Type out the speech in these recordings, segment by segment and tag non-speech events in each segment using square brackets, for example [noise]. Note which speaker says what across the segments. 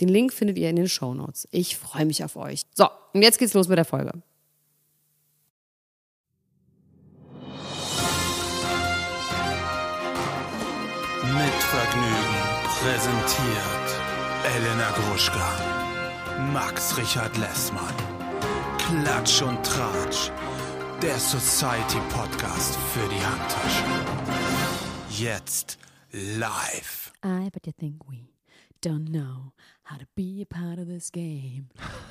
Speaker 1: Den Link findet ihr in den Shownotes. Ich freue mich auf euch. So, und jetzt geht's los mit der Folge.
Speaker 2: Mit Vergnügen präsentiert Elena Gruschka, Max Richard Lessmann, Klatsch und Tratsch, der Society Podcast für die Handtasche. Jetzt live.
Speaker 3: I bet you think we don't know how to be a part of this game.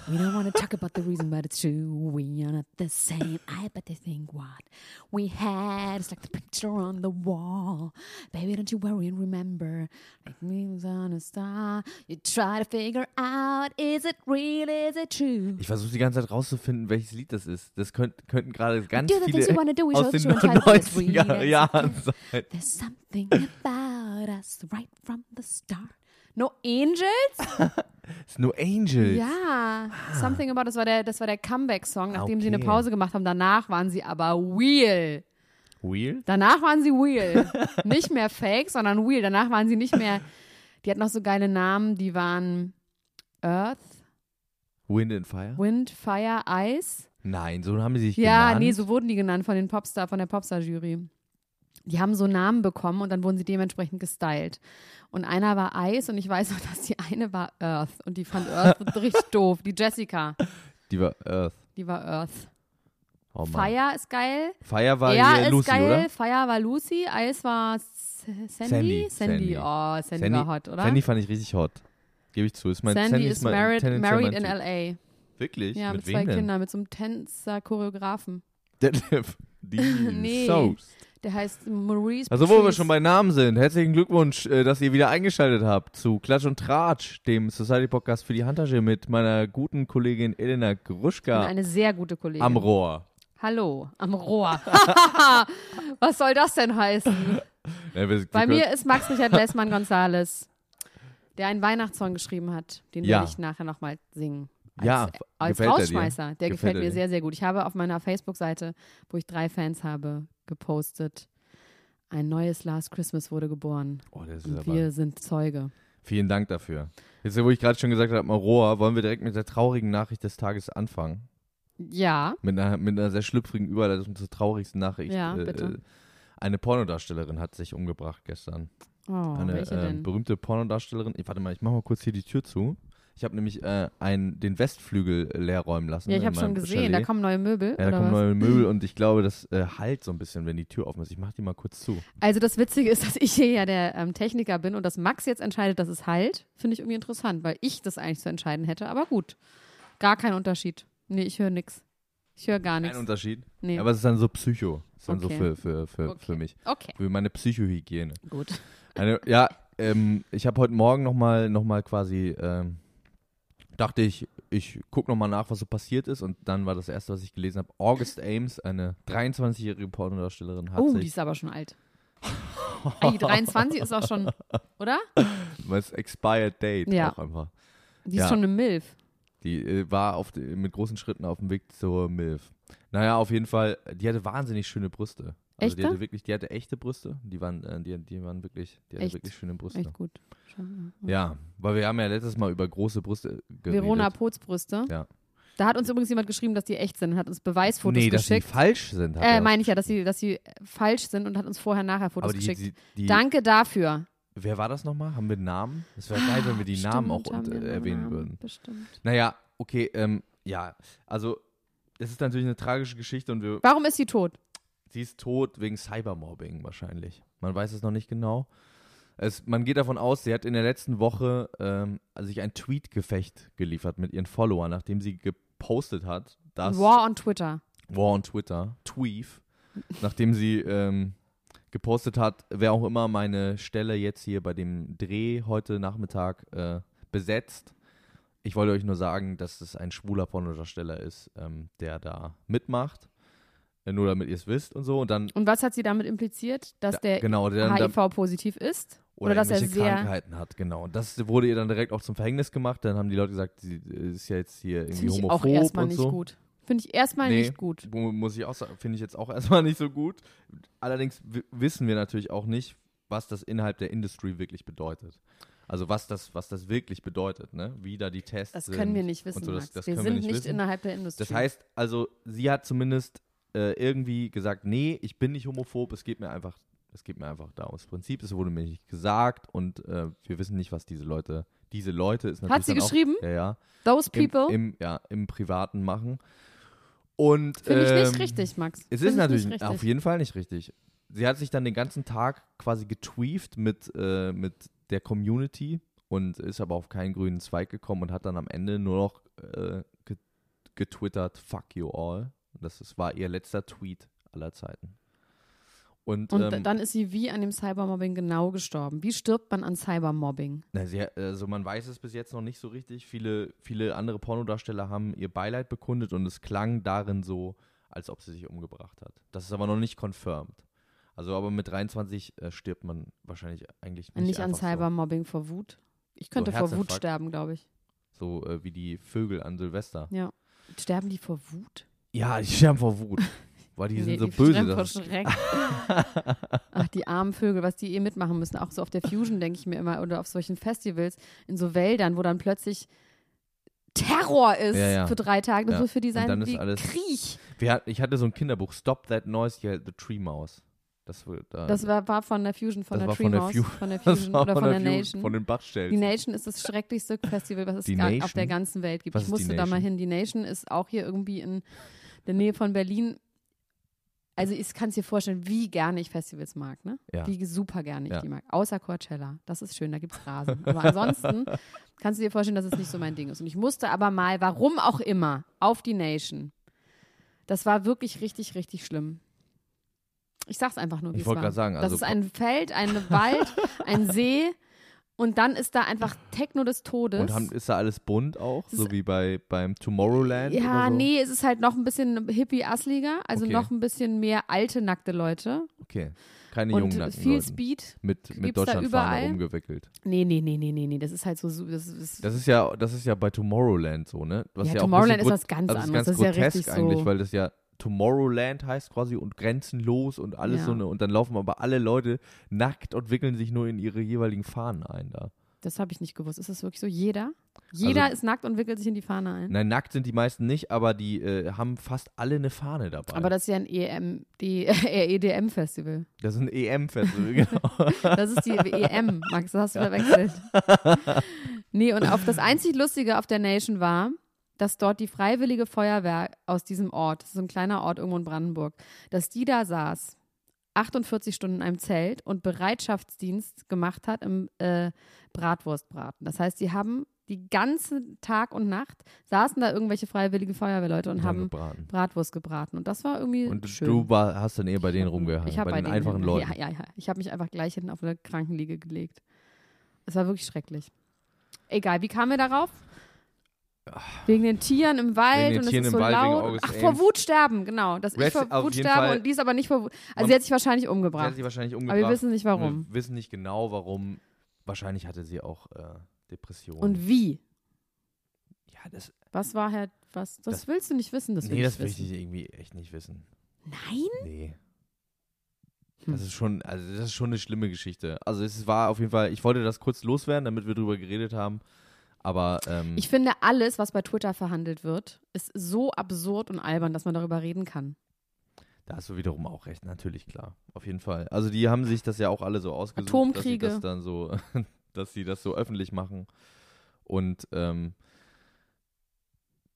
Speaker 3: We don't want to talk about the reason, but it's true. We are not the same. I bet they think what we had is like the picture on the wall. Baby, don't you worry and remember. Like moons on a star. You try to figure out is it real, is it true?
Speaker 4: Ich versuche die ganze Zeit rauszufinden, welches Lied das ist. Das könnt, könnten gerade ganz
Speaker 3: Do the things
Speaker 4: viele
Speaker 3: you wanna do, we
Speaker 4: aus
Speaker 3: should
Speaker 4: den
Speaker 3: show and tell, because we
Speaker 4: 90er
Speaker 3: dance.
Speaker 4: Jahren [laughs] sein.
Speaker 3: There's something about us right from the start. No Angels?
Speaker 4: Das ist nur Angels.
Speaker 1: Ja, Something About, das war der, das war der Comeback-Song, nachdem sie eine
Speaker 4: Okay.
Speaker 1: Pause gemacht haben. Danach waren sie aber real.
Speaker 4: Wheel?
Speaker 1: Danach waren sie real. nicht mehr fake, sondern real. Danach waren sie nicht mehr. Die hatten noch so geile Namen, die waren Earth,
Speaker 4: Wind and Fire?
Speaker 1: Wind, Fire, Ice.
Speaker 4: Nein, so haben sie sich
Speaker 1: Ja,
Speaker 4: genannt.
Speaker 1: nee, so wurden die genannt von den Popstar, von der Popstar-Jury. Die haben so Namen bekommen und dann wurden sie dementsprechend gestylt. Und einer war Eis und ich weiß noch, dass die eine war Earth und die fand Earth
Speaker 4: [laughs]
Speaker 1: richtig doof. Die Jessica,
Speaker 4: Die war Earth.
Speaker 1: die war Earth.
Speaker 4: Oh Mann.
Speaker 1: Fire ist geil.
Speaker 4: Fire war
Speaker 1: er
Speaker 4: hier
Speaker 1: ist
Speaker 4: Lucy,
Speaker 1: geil.
Speaker 4: oder?
Speaker 1: Fire war Lucy. Eis war S- Sandy.
Speaker 4: Sandy,
Speaker 1: Sandy.
Speaker 4: Sandy.
Speaker 1: Oh, Sandy, war hot, oder?
Speaker 4: Sandy fand ich richtig hot. Gebe ich zu. Ist mein,
Speaker 1: Sandy ist
Speaker 4: mein,
Speaker 1: married,
Speaker 4: tendenziell
Speaker 1: married in
Speaker 4: mein Typ.
Speaker 1: L.A.
Speaker 4: Wirklich?
Speaker 1: Ja, mit,
Speaker 4: mit,
Speaker 1: zwei
Speaker 4: wem denn?
Speaker 1: Kindern, mit so einem Tänzer-Choreografen.
Speaker 4: [laughs] Detlef. Die
Speaker 1: [laughs] Nee.
Speaker 4: Soest.
Speaker 1: Der heißt Maurice
Speaker 4: Also wo wir
Speaker 1: Patrice.
Speaker 4: schon bei Namen sind, herzlichen Glückwunsch, äh, dass ihr wieder eingeschaltet habt zu Klatsch und Tratsch, dem Society-Podcast für die Handtasche mit meiner guten Kollegin Elena
Speaker 1: Und
Speaker 4: Gruschka
Speaker 1: eine sehr gute Kollegin.
Speaker 4: am Rohr.
Speaker 1: Hallo, am
Speaker 4: [laughs]
Speaker 1: Rohr. [laughs] Was soll das denn heißen?
Speaker 4: Ja, wir,
Speaker 1: Bei
Speaker 4: wir
Speaker 1: mir ist Max Richard Lessmann Gonzales, der einen Weihnachtssong geschrieben hat. Den
Speaker 4: Ja.
Speaker 1: werde ich nachher nochmal singen. Als, äh,
Speaker 4: Ja,
Speaker 1: als
Speaker 4: gefällt er dir?
Speaker 1: Rausschmeißer. Der gefällt,
Speaker 4: Gefällt er
Speaker 1: mir
Speaker 4: dir?
Speaker 1: sehr, sehr gut. Ich habe auf meiner Facebook-Seite, wo ich drei Fans habe, gepostet. Ein neues Last Christmas wurde geboren.
Speaker 4: oh, das ist
Speaker 1: Und
Speaker 4: aber,
Speaker 1: wir sind Zeuge.
Speaker 4: vielen Dank dafür. Jetzt, wo ich gerade schon gesagt habe, am Rohr, wollen wir direkt mit der traurigen Nachricht des Tages anfangen.
Speaker 1: Ja,
Speaker 4: Mit einer, mit einer sehr schlüpfrigen Überleitung zur traurigsten Nachricht.
Speaker 1: Ja,
Speaker 4: Äh,
Speaker 1: bitte.
Speaker 4: äh, Eine Pornodarstellerin hat sich umgebracht gestern.
Speaker 1: oh,
Speaker 4: eine
Speaker 1: welche
Speaker 4: äh,
Speaker 1: denn?
Speaker 4: berühmte Pornodarstellerin. Ich, warte mal, ich mache mal kurz hier die Tür zu. Ich habe nämlich äh, einen, den Westflügel leer räumen lassen.
Speaker 1: Ja, ich
Speaker 4: in
Speaker 1: habe schon
Speaker 4: meinem
Speaker 1: gesehen, da
Speaker 4: Chalet.
Speaker 1: kommen neue Möbel.
Speaker 4: ja, da
Speaker 1: oder was?
Speaker 4: kommen neue Möbel und ich glaube, das äh, halt so ein bisschen, wenn die Tür offen ist. Ich mache die mal kurz zu.
Speaker 1: Also das Witzige ist, [laughs] dass ich hier ja der ähm, Techniker bin und dass Max jetzt entscheidet, dass es halt, finde ich irgendwie interessant, weil ich das eigentlich zu entscheiden hätte. Aber gut, gar kein Unterschied. Nee, ich höre nix. Ich höre gar
Speaker 4: Kein
Speaker 1: nichts.
Speaker 4: Unterschied.
Speaker 1: Ah, Nee.
Speaker 4: Aber es ist dann so Psycho. Es ist dann
Speaker 1: Okay.
Speaker 4: so für, für, für,
Speaker 1: Okay.
Speaker 4: für mich.
Speaker 1: okay,
Speaker 4: Für meine Psychohygiene.
Speaker 1: gut.
Speaker 4: Eine, ja, ähm, ich habe heute Morgen nochmal noch mal quasi, ähm, dachte ich, ich gucke nochmal nach, was so passiert ist. Und dann war das erste, was ich gelesen habe, August Ames, eine 23-jährige Pornodarstellerin, hat
Speaker 1: Oh, die
Speaker 4: sich,
Speaker 1: ist aber schon
Speaker 4: [laughs]
Speaker 1: alt. Ey, die 23 ist auch schon, oder?
Speaker 4: was Expired Date
Speaker 1: Ja.
Speaker 4: auch einfach.
Speaker 1: Die
Speaker 4: Ja.
Speaker 1: ist schon eine Milf.
Speaker 4: Die äh, war auf, de- mit großen Schritten auf dem Weg zur MILF. Naja, auf jeden Fall, die hatte wahnsinnig schöne Brüste. Also die
Speaker 1: Echte?
Speaker 4: hatte wirklich, die hatte echte Brüste. Die waren, äh, die, die waren wirklich, die hatte
Speaker 1: Echt?
Speaker 4: wirklich schöne Brüste.
Speaker 1: Echt gut. Schon, ja.
Speaker 4: Ja, weil wir haben ja letztes Mal über große Brüste geredet.
Speaker 1: Verona Potzbrüste.
Speaker 4: Ja.
Speaker 1: Da hat uns übrigens jemand geschrieben, dass die echt sind, hat uns Beweisfotos
Speaker 4: nee, dass sie
Speaker 1: geschickt.
Speaker 4: falsch sind. hat
Speaker 1: äh,
Speaker 4: er-
Speaker 1: meine ich ja, dass sie, dass sie äh, falsch sind und hat uns vorher nachher Fotos
Speaker 4: Aber die,
Speaker 1: geschickt.
Speaker 4: die, die,
Speaker 1: Danke dafür.
Speaker 4: Wer war das nochmal? Haben wir Namen? Es wäre geil, wenn wir die Namen auch
Speaker 1: Stimmt, haben
Speaker 4: und,
Speaker 1: wir
Speaker 4: äh,
Speaker 1: noch
Speaker 4: erwähnen
Speaker 1: Namen,
Speaker 4: würden.
Speaker 1: Bestimmt.
Speaker 4: Naja, okay, ähm, ja. Also, es ist natürlich eine tragische Geschichte und wir,
Speaker 1: Warum ist sie tot?
Speaker 4: sie ist tot wegen Cybermobbing wahrscheinlich. Man weiß es noch nicht genau. Es, man geht davon aus, sie hat in der letzten Woche ähm, sich ein Tweet-Gefecht geliefert mit ihren Followern, nachdem sie gepostet hat, dass
Speaker 1: War on Twitter.
Speaker 4: War on Twitter, Tweef, nachdem sie ähm, gepostet hat, wer auch immer meine Stelle jetzt hier bei dem Dreh heute Nachmittag äh, besetzt. Ich wollte euch nur sagen, dass es ein schwuler Pornodarsteller ist, ähm, der da mitmacht. Äh, Nur damit ihr es wisst und so. Und dann
Speaker 1: Und was hat sie damit impliziert? Dass
Speaker 4: Da-
Speaker 1: der
Speaker 4: genau, der- der-
Speaker 1: HIV-positiv ist? Oder, dass er
Speaker 4: irgendwelche
Speaker 1: sehr.
Speaker 4: Krankheiten hat, genau. Und das wurde ihr dann direkt auch zum Verhängnis gemacht. Dann haben die Leute gesagt, sie äh, ist ja jetzt hier irgendwie
Speaker 1: Finde ich
Speaker 4: homophob
Speaker 1: auch erstmal
Speaker 4: und
Speaker 1: nicht
Speaker 4: so.
Speaker 1: gut. Finde ich erstmal
Speaker 4: Nee,
Speaker 1: nicht gut.
Speaker 4: mu- Muss ich auch sagen, finde ich jetzt auch [laughs] erstmal nicht so gut. Allerdings wi- wissen wir natürlich auch nicht, was das innerhalb der Industry wirklich bedeutet. Also was das, was das wirklich bedeutet, ne? Wie da die Tests
Speaker 1: Das
Speaker 4: sind.
Speaker 1: können wir nicht
Speaker 4: und
Speaker 1: wissen,
Speaker 4: so, das,
Speaker 1: Max.
Speaker 4: Das
Speaker 1: wir
Speaker 4: können
Speaker 1: sind
Speaker 4: wir nicht,
Speaker 1: nicht
Speaker 4: wissen.
Speaker 1: innerhalb der Industrie.
Speaker 4: Das heißt, also sie hat zumindest äh, irgendwie gesagt, nee, ich bin nicht homophob, es geht mir einfach, es geht mir einfach da ums Prinzip, es wurde mir nicht gesagt und äh, wir wissen nicht, was diese Leute, diese Leute ist natürlich
Speaker 1: Hat sie
Speaker 4: dann
Speaker 1: geschrieben?
Speaker 4: Auch, ja, ja.
Speaker 1: Those
Speaker 4: Im,
Speaker 1: people
Speaker 4: im, ja, im Privaten machen. Und
Speaker 1: finde ich
Speaker 4: ähm,
Speaker 1: nicht richtig, Max.
Speaker 4: es
Speaker 1: Find
Speaker 4: ist
Speaker 1: ich
Speaker 4: natürlich
Speaker 1: nicht
Speaker 4: auf
Speaker 1: richtig.
Speaker 4: jeden Fall nicht richtig. Sie hat sich dann den ganzen Tag quasi getweeft mit, äh, mit der Community und ist aber auf keinen grünen Zweig gekommen und hat dann am Ende nur noch äh, get- getwittert, fuck you all. Das ist, war ihr letzter Tweet aller Zeiten. Und,
Speaker 1: Und
Speaker 4: ähm,
Speaker 1: dann ist sie wie an dem Cybermobbing genau gestorben. Wie stirbt man an Cybermobbing?
Speaker 4: Na, sie, also man weiß es bis jetzt noch nicht so richtig. Viele, viele andere Pornodarsteller haben ihr Beileid bekundet und es klang darin so, als ob sie sich umgebracht hat. Das ist aber noch nicht confirmed. Also aber mit 23 äh, stirbt man wahrscheinlich eigentlich
Speaker 1: Nicht,
Speaker 4: nicht,
Speaker 1: an
Speaker 4: einfach
Speaker 1: Cybermobbing vor Wut? Ich könnte vor Wut
Speaker 4: Herzinfarkt.
Speaker 1: sterben, glaube ich.
Speaker 4: so, so äh, wie die Vögel an Silvester.
Speaker 1: Ja. Sterben die vor Wut?
Speaker 4: Ja, die sterben vor
Speaker 1: [laughs]
Speaker 4: Wut. Weil die
Speaker 1: Nee,
Speaker 4: sind so
Speaker 1: die
Speaker 4: böse.
Speaker 1: sterben vor
Speaker 4: Das
Speaker 1: Schreck. [laughs] Ach, die armen Vögel, was die eh mitmachen müssen. Auch so auf der Fusion, denke ich mir immer, oder auf solchen Festivals, in so Wäldern, wo dann plötzlich Terror ist
Speaker 4: Ja, ja.
Speaker 1: für drei Tage. Das
Speaker 4: Ja.
Speaker 1: muss für die
Speaker 4: Und
Speaker 1: sein
Speaker 4: dann ist
Speaker 1: wie
Speaker 4: alles-
Speaker 1: Krieg.
Speaker 4: wir, hat- ich hatte so ein Kinderbuch, Stop That Noise, Yell at the Tree Mouse. Das, wird, äh,
Speaker 1: Das war, war von der Fusion, von
Speaker 4: das
Speaker 1: der
Speaker 4: war
Speaker 1: Tree
Speaker 4: von der
Speaker 1: Mouse,
Speaker 4: Fu-
Speaker 1: von der
Speaker 4: [laughs] das
Speaker 1: Fusion
Speaker 4: war
Speaker 1: oder von, der
Speaker 4: Fusion,
Speaker 1: Nation.
Speaker 4: Von den
Speaker 1: die
Speaker 4: Bachstelzen.
Speaker 1: Nation ist das schrecklichste Festival, was es
Speaker 4: Die
Speaker 1: gar, auf
Speaker 4: Nation?
Speaker 1: der ganzen Welt gibt.
Speaker 4: Was
Speaker 1: ich
Speaker 4: ist die
Speaker 1: musste da mal
Speaker 4: Nation?
Speaker 1: hin. Die Nation ist auch hier irgendwie in der Nähe von Berlin. Also ich kann es dir vorstellen, wie gerne ich Festivals mag, ne?
Speaker 4: Ja.
Speaker 1: Wie super gerne ich
Speaker 4: Ja.
Speaker 1: die mag. Außer Coachella. Das ist schön, da gibt es Rasen. Aber
Speaker 4: [laughs]
Speaker 1: ansonsten kannst du dir vorstellen, dass es nicht so mein Ding ist. Und ich musste aber mal, warum auch immer, auf die Nation. Das war wirklich richtig, richtig schlimm. Ich sag's einfach nur, wie
Speaker 4: Ich
Speaker 1: es
Speaker 4: wollte
Speaker 1: war.
Speaker 4: gerade sagen,
Speaker 1: das
Speaker 4: also
Speaker 1: ist ein Feld, ein Wald, ein See und dann ist da einfach Techno des Todes.
Speaker 4: Und haben, ist da alles bunt auch,
Speaker 1: Das
Speaker 4: so wie bei beim Tomorrowland?
Speaker 1: ja,
Speaker 4: oder so?
Speaker 1: nee, es ist halt noch ein bisschen hippie-assliger, also
Speaker 4: Okay.
Speaker 1: noch ein bisschen mehr alte, nackte Leute
Speaker 4: Okay, keine
Speaker 1: und
Speaker 4: jungen nackten
Speaker 1: viel
Speaker 4: Leuten.
Speaker 1: Speed.
Speaker 4: mit mit
Speaker 1: gibt's da
Speaker 4: Deutschlandfahne
Speaker 1: überall?
Speaker 4: umgewickelt.
Speaker 1: Nee, nee, nee, nee, nee, nee, das ist halt so, so- das ist,
Speaker 4: Das ist ja, das ist ja bei Tomorrowland so, ne? Was
Speaker 1: Ja,
Speaker 4: auch ein
Speaker 1: Tomorrowland
Speaker 4: bisschen
Speaker 1: ist was
Speaker 4: grot-
Speaker 1: ganz
Speaker 4: also
Speaker 1: anderes.
Speaker 4: Ist ganz
Speaker 1: Das ist ja
Speaker 4: grotesk
Speaker 1: richtig so-
Speaker 4: eigentlich, weil das ja Tomorrowland heißt quasi und grenzenlos und alles
Speaker 1: Ja.
Speaker 4: so ne und dann laufen aber alle Leute nackt und wickeln sich nur in ihre jeweiligen Fahnen ein da.
Speaker 1: das habe ich nicht gewusst. Ist das wirklich so? Jeder? Jeder
Speaker 4: Also-
Speaker 1: ist nackt und wickelt sich in die Fahne ein.
Speaker 4: Nein, nackt sind die meisten nicht, aber die äh, haben fast alle eine Fahne dabei.
Speaker 1: Aber das ist ja ein E EM, [laughs] die E EDM-Festival.
Speaker 4: das ist ein EM-Festival, [laughs] genau.
Speaker 1: Das
Speaker 4: [laughs]
Speaker 1: ist die EM, Max, das hast du verwechselt. Nee, und auf das einzig Lustige auf der Nation war, dass dort die freiwillige Feuerwehr aus diesem Ort, das ist ein kleiner Ort irgendwo in Brandenburg, dass die da saß, 48 Stunden in einem Zelt und Bereitschaftsdienst gemacht hat im äh, Bratwurstbraten. Das heißt, die haben die ganze Tag und Nacht saßen da irgendwelche freiwillige Feuerwehrleute und haben
Speaker 4: gebraten.
Speaker 1: Bratwurst gebraten. Und das war irgendwie
Speaker 4: Und
Speaker 1: schön.
Speaker 4: du war, hast dann eher bei denen
Speaker 1: hab-
Speaker 4: rumgehangen,
Speaker 1: ich
Speaker 4: bei,
Speaker 1: hab
Speaker 4: den
Speaker 1: denen
Speaker 4: einfachen
Speaker 1: hinten-
Speaker 4: Leuten.
Speaker 1: Ja, ja, ja. Ich habe mich einfach gleich hinten auf eine Krankenliege gelegt. Es war wirklich schrecklich. Egal, wie kamen wir darauf? Wegen den Tieren im Wald
Speaker 4: den
Speaker 1: und es
Speaker 4: Tieren
Speaker 1: ist
Speaker 4: im
Speaker 1: so
Speaker 4: Wald, Ah. wegen
Speaker 1: laut.
Speaker 4: August
Speaker 1: Ach, vor
Speaker 4: Ames.
Speaker 1: Wut sterben, genau. Dass
Speaker 4: Rest-
Speaker 1: ich vor
Speaker 4: auf
Speaker 1: Wut
Speaker 4: jeden
Speaker 1: sterbe
Speaker 4: Fall-
Speaker 1: und die ist aber nicht vor Wut. Also
Speaker 4: Man-
Speaker 1: sie hat sich wahrscheinlich
Speaker 4: Sie hat
Speaker 1: umgebracht.
Speaker 4: sie wahrscheinlich
Speaker 1: Aber
Speaker 4: umgebracht.
Speaker 1: wir wissen nicht warum.
Speaker 4: Wir wissen nicht genau, warum. Wahrscheinlich hatte sie auch äh, Depressionen.
Speaker 1: Und wie?
Speaker 4: ja, das,
Speaker 1: Was war Herr, was? Das,
Speaker 4: Das-
Speaker 1: willst du nicht wissen, das will
Speaker 4: nee,
Speaker 1: ich
Speaker 4: das will ich
Speaker 1: wissen.
Speaker 4: irgendwie echt nicht wissen.
Speaker 1: Nein?
Speaker 4: Nee.
Speaker 1: Hm.
Speaker 4: Das ist schon, also das ist schon eine schlimme Geschichte. Also es war auf jeden Fall, ich wollte das kurz loswerden, damit wir drüber geredet haben. Aber ähm,
Speaker 1: Ich finde, alles, was bei Twitter verhandelt wird, ist so absurd und albern, dass man darüber reden kann.
Speaker 4: da hast du wiederum auch recht, natürlich, klar. Auf jeden Fall. Also die haben sich das ja auch alle so ausgesucht,
Speaker 1: Atomkriege.
Speaker 4: dass sie das dann so, [laughs] dass sie das so öffentlich machen. Und ähm,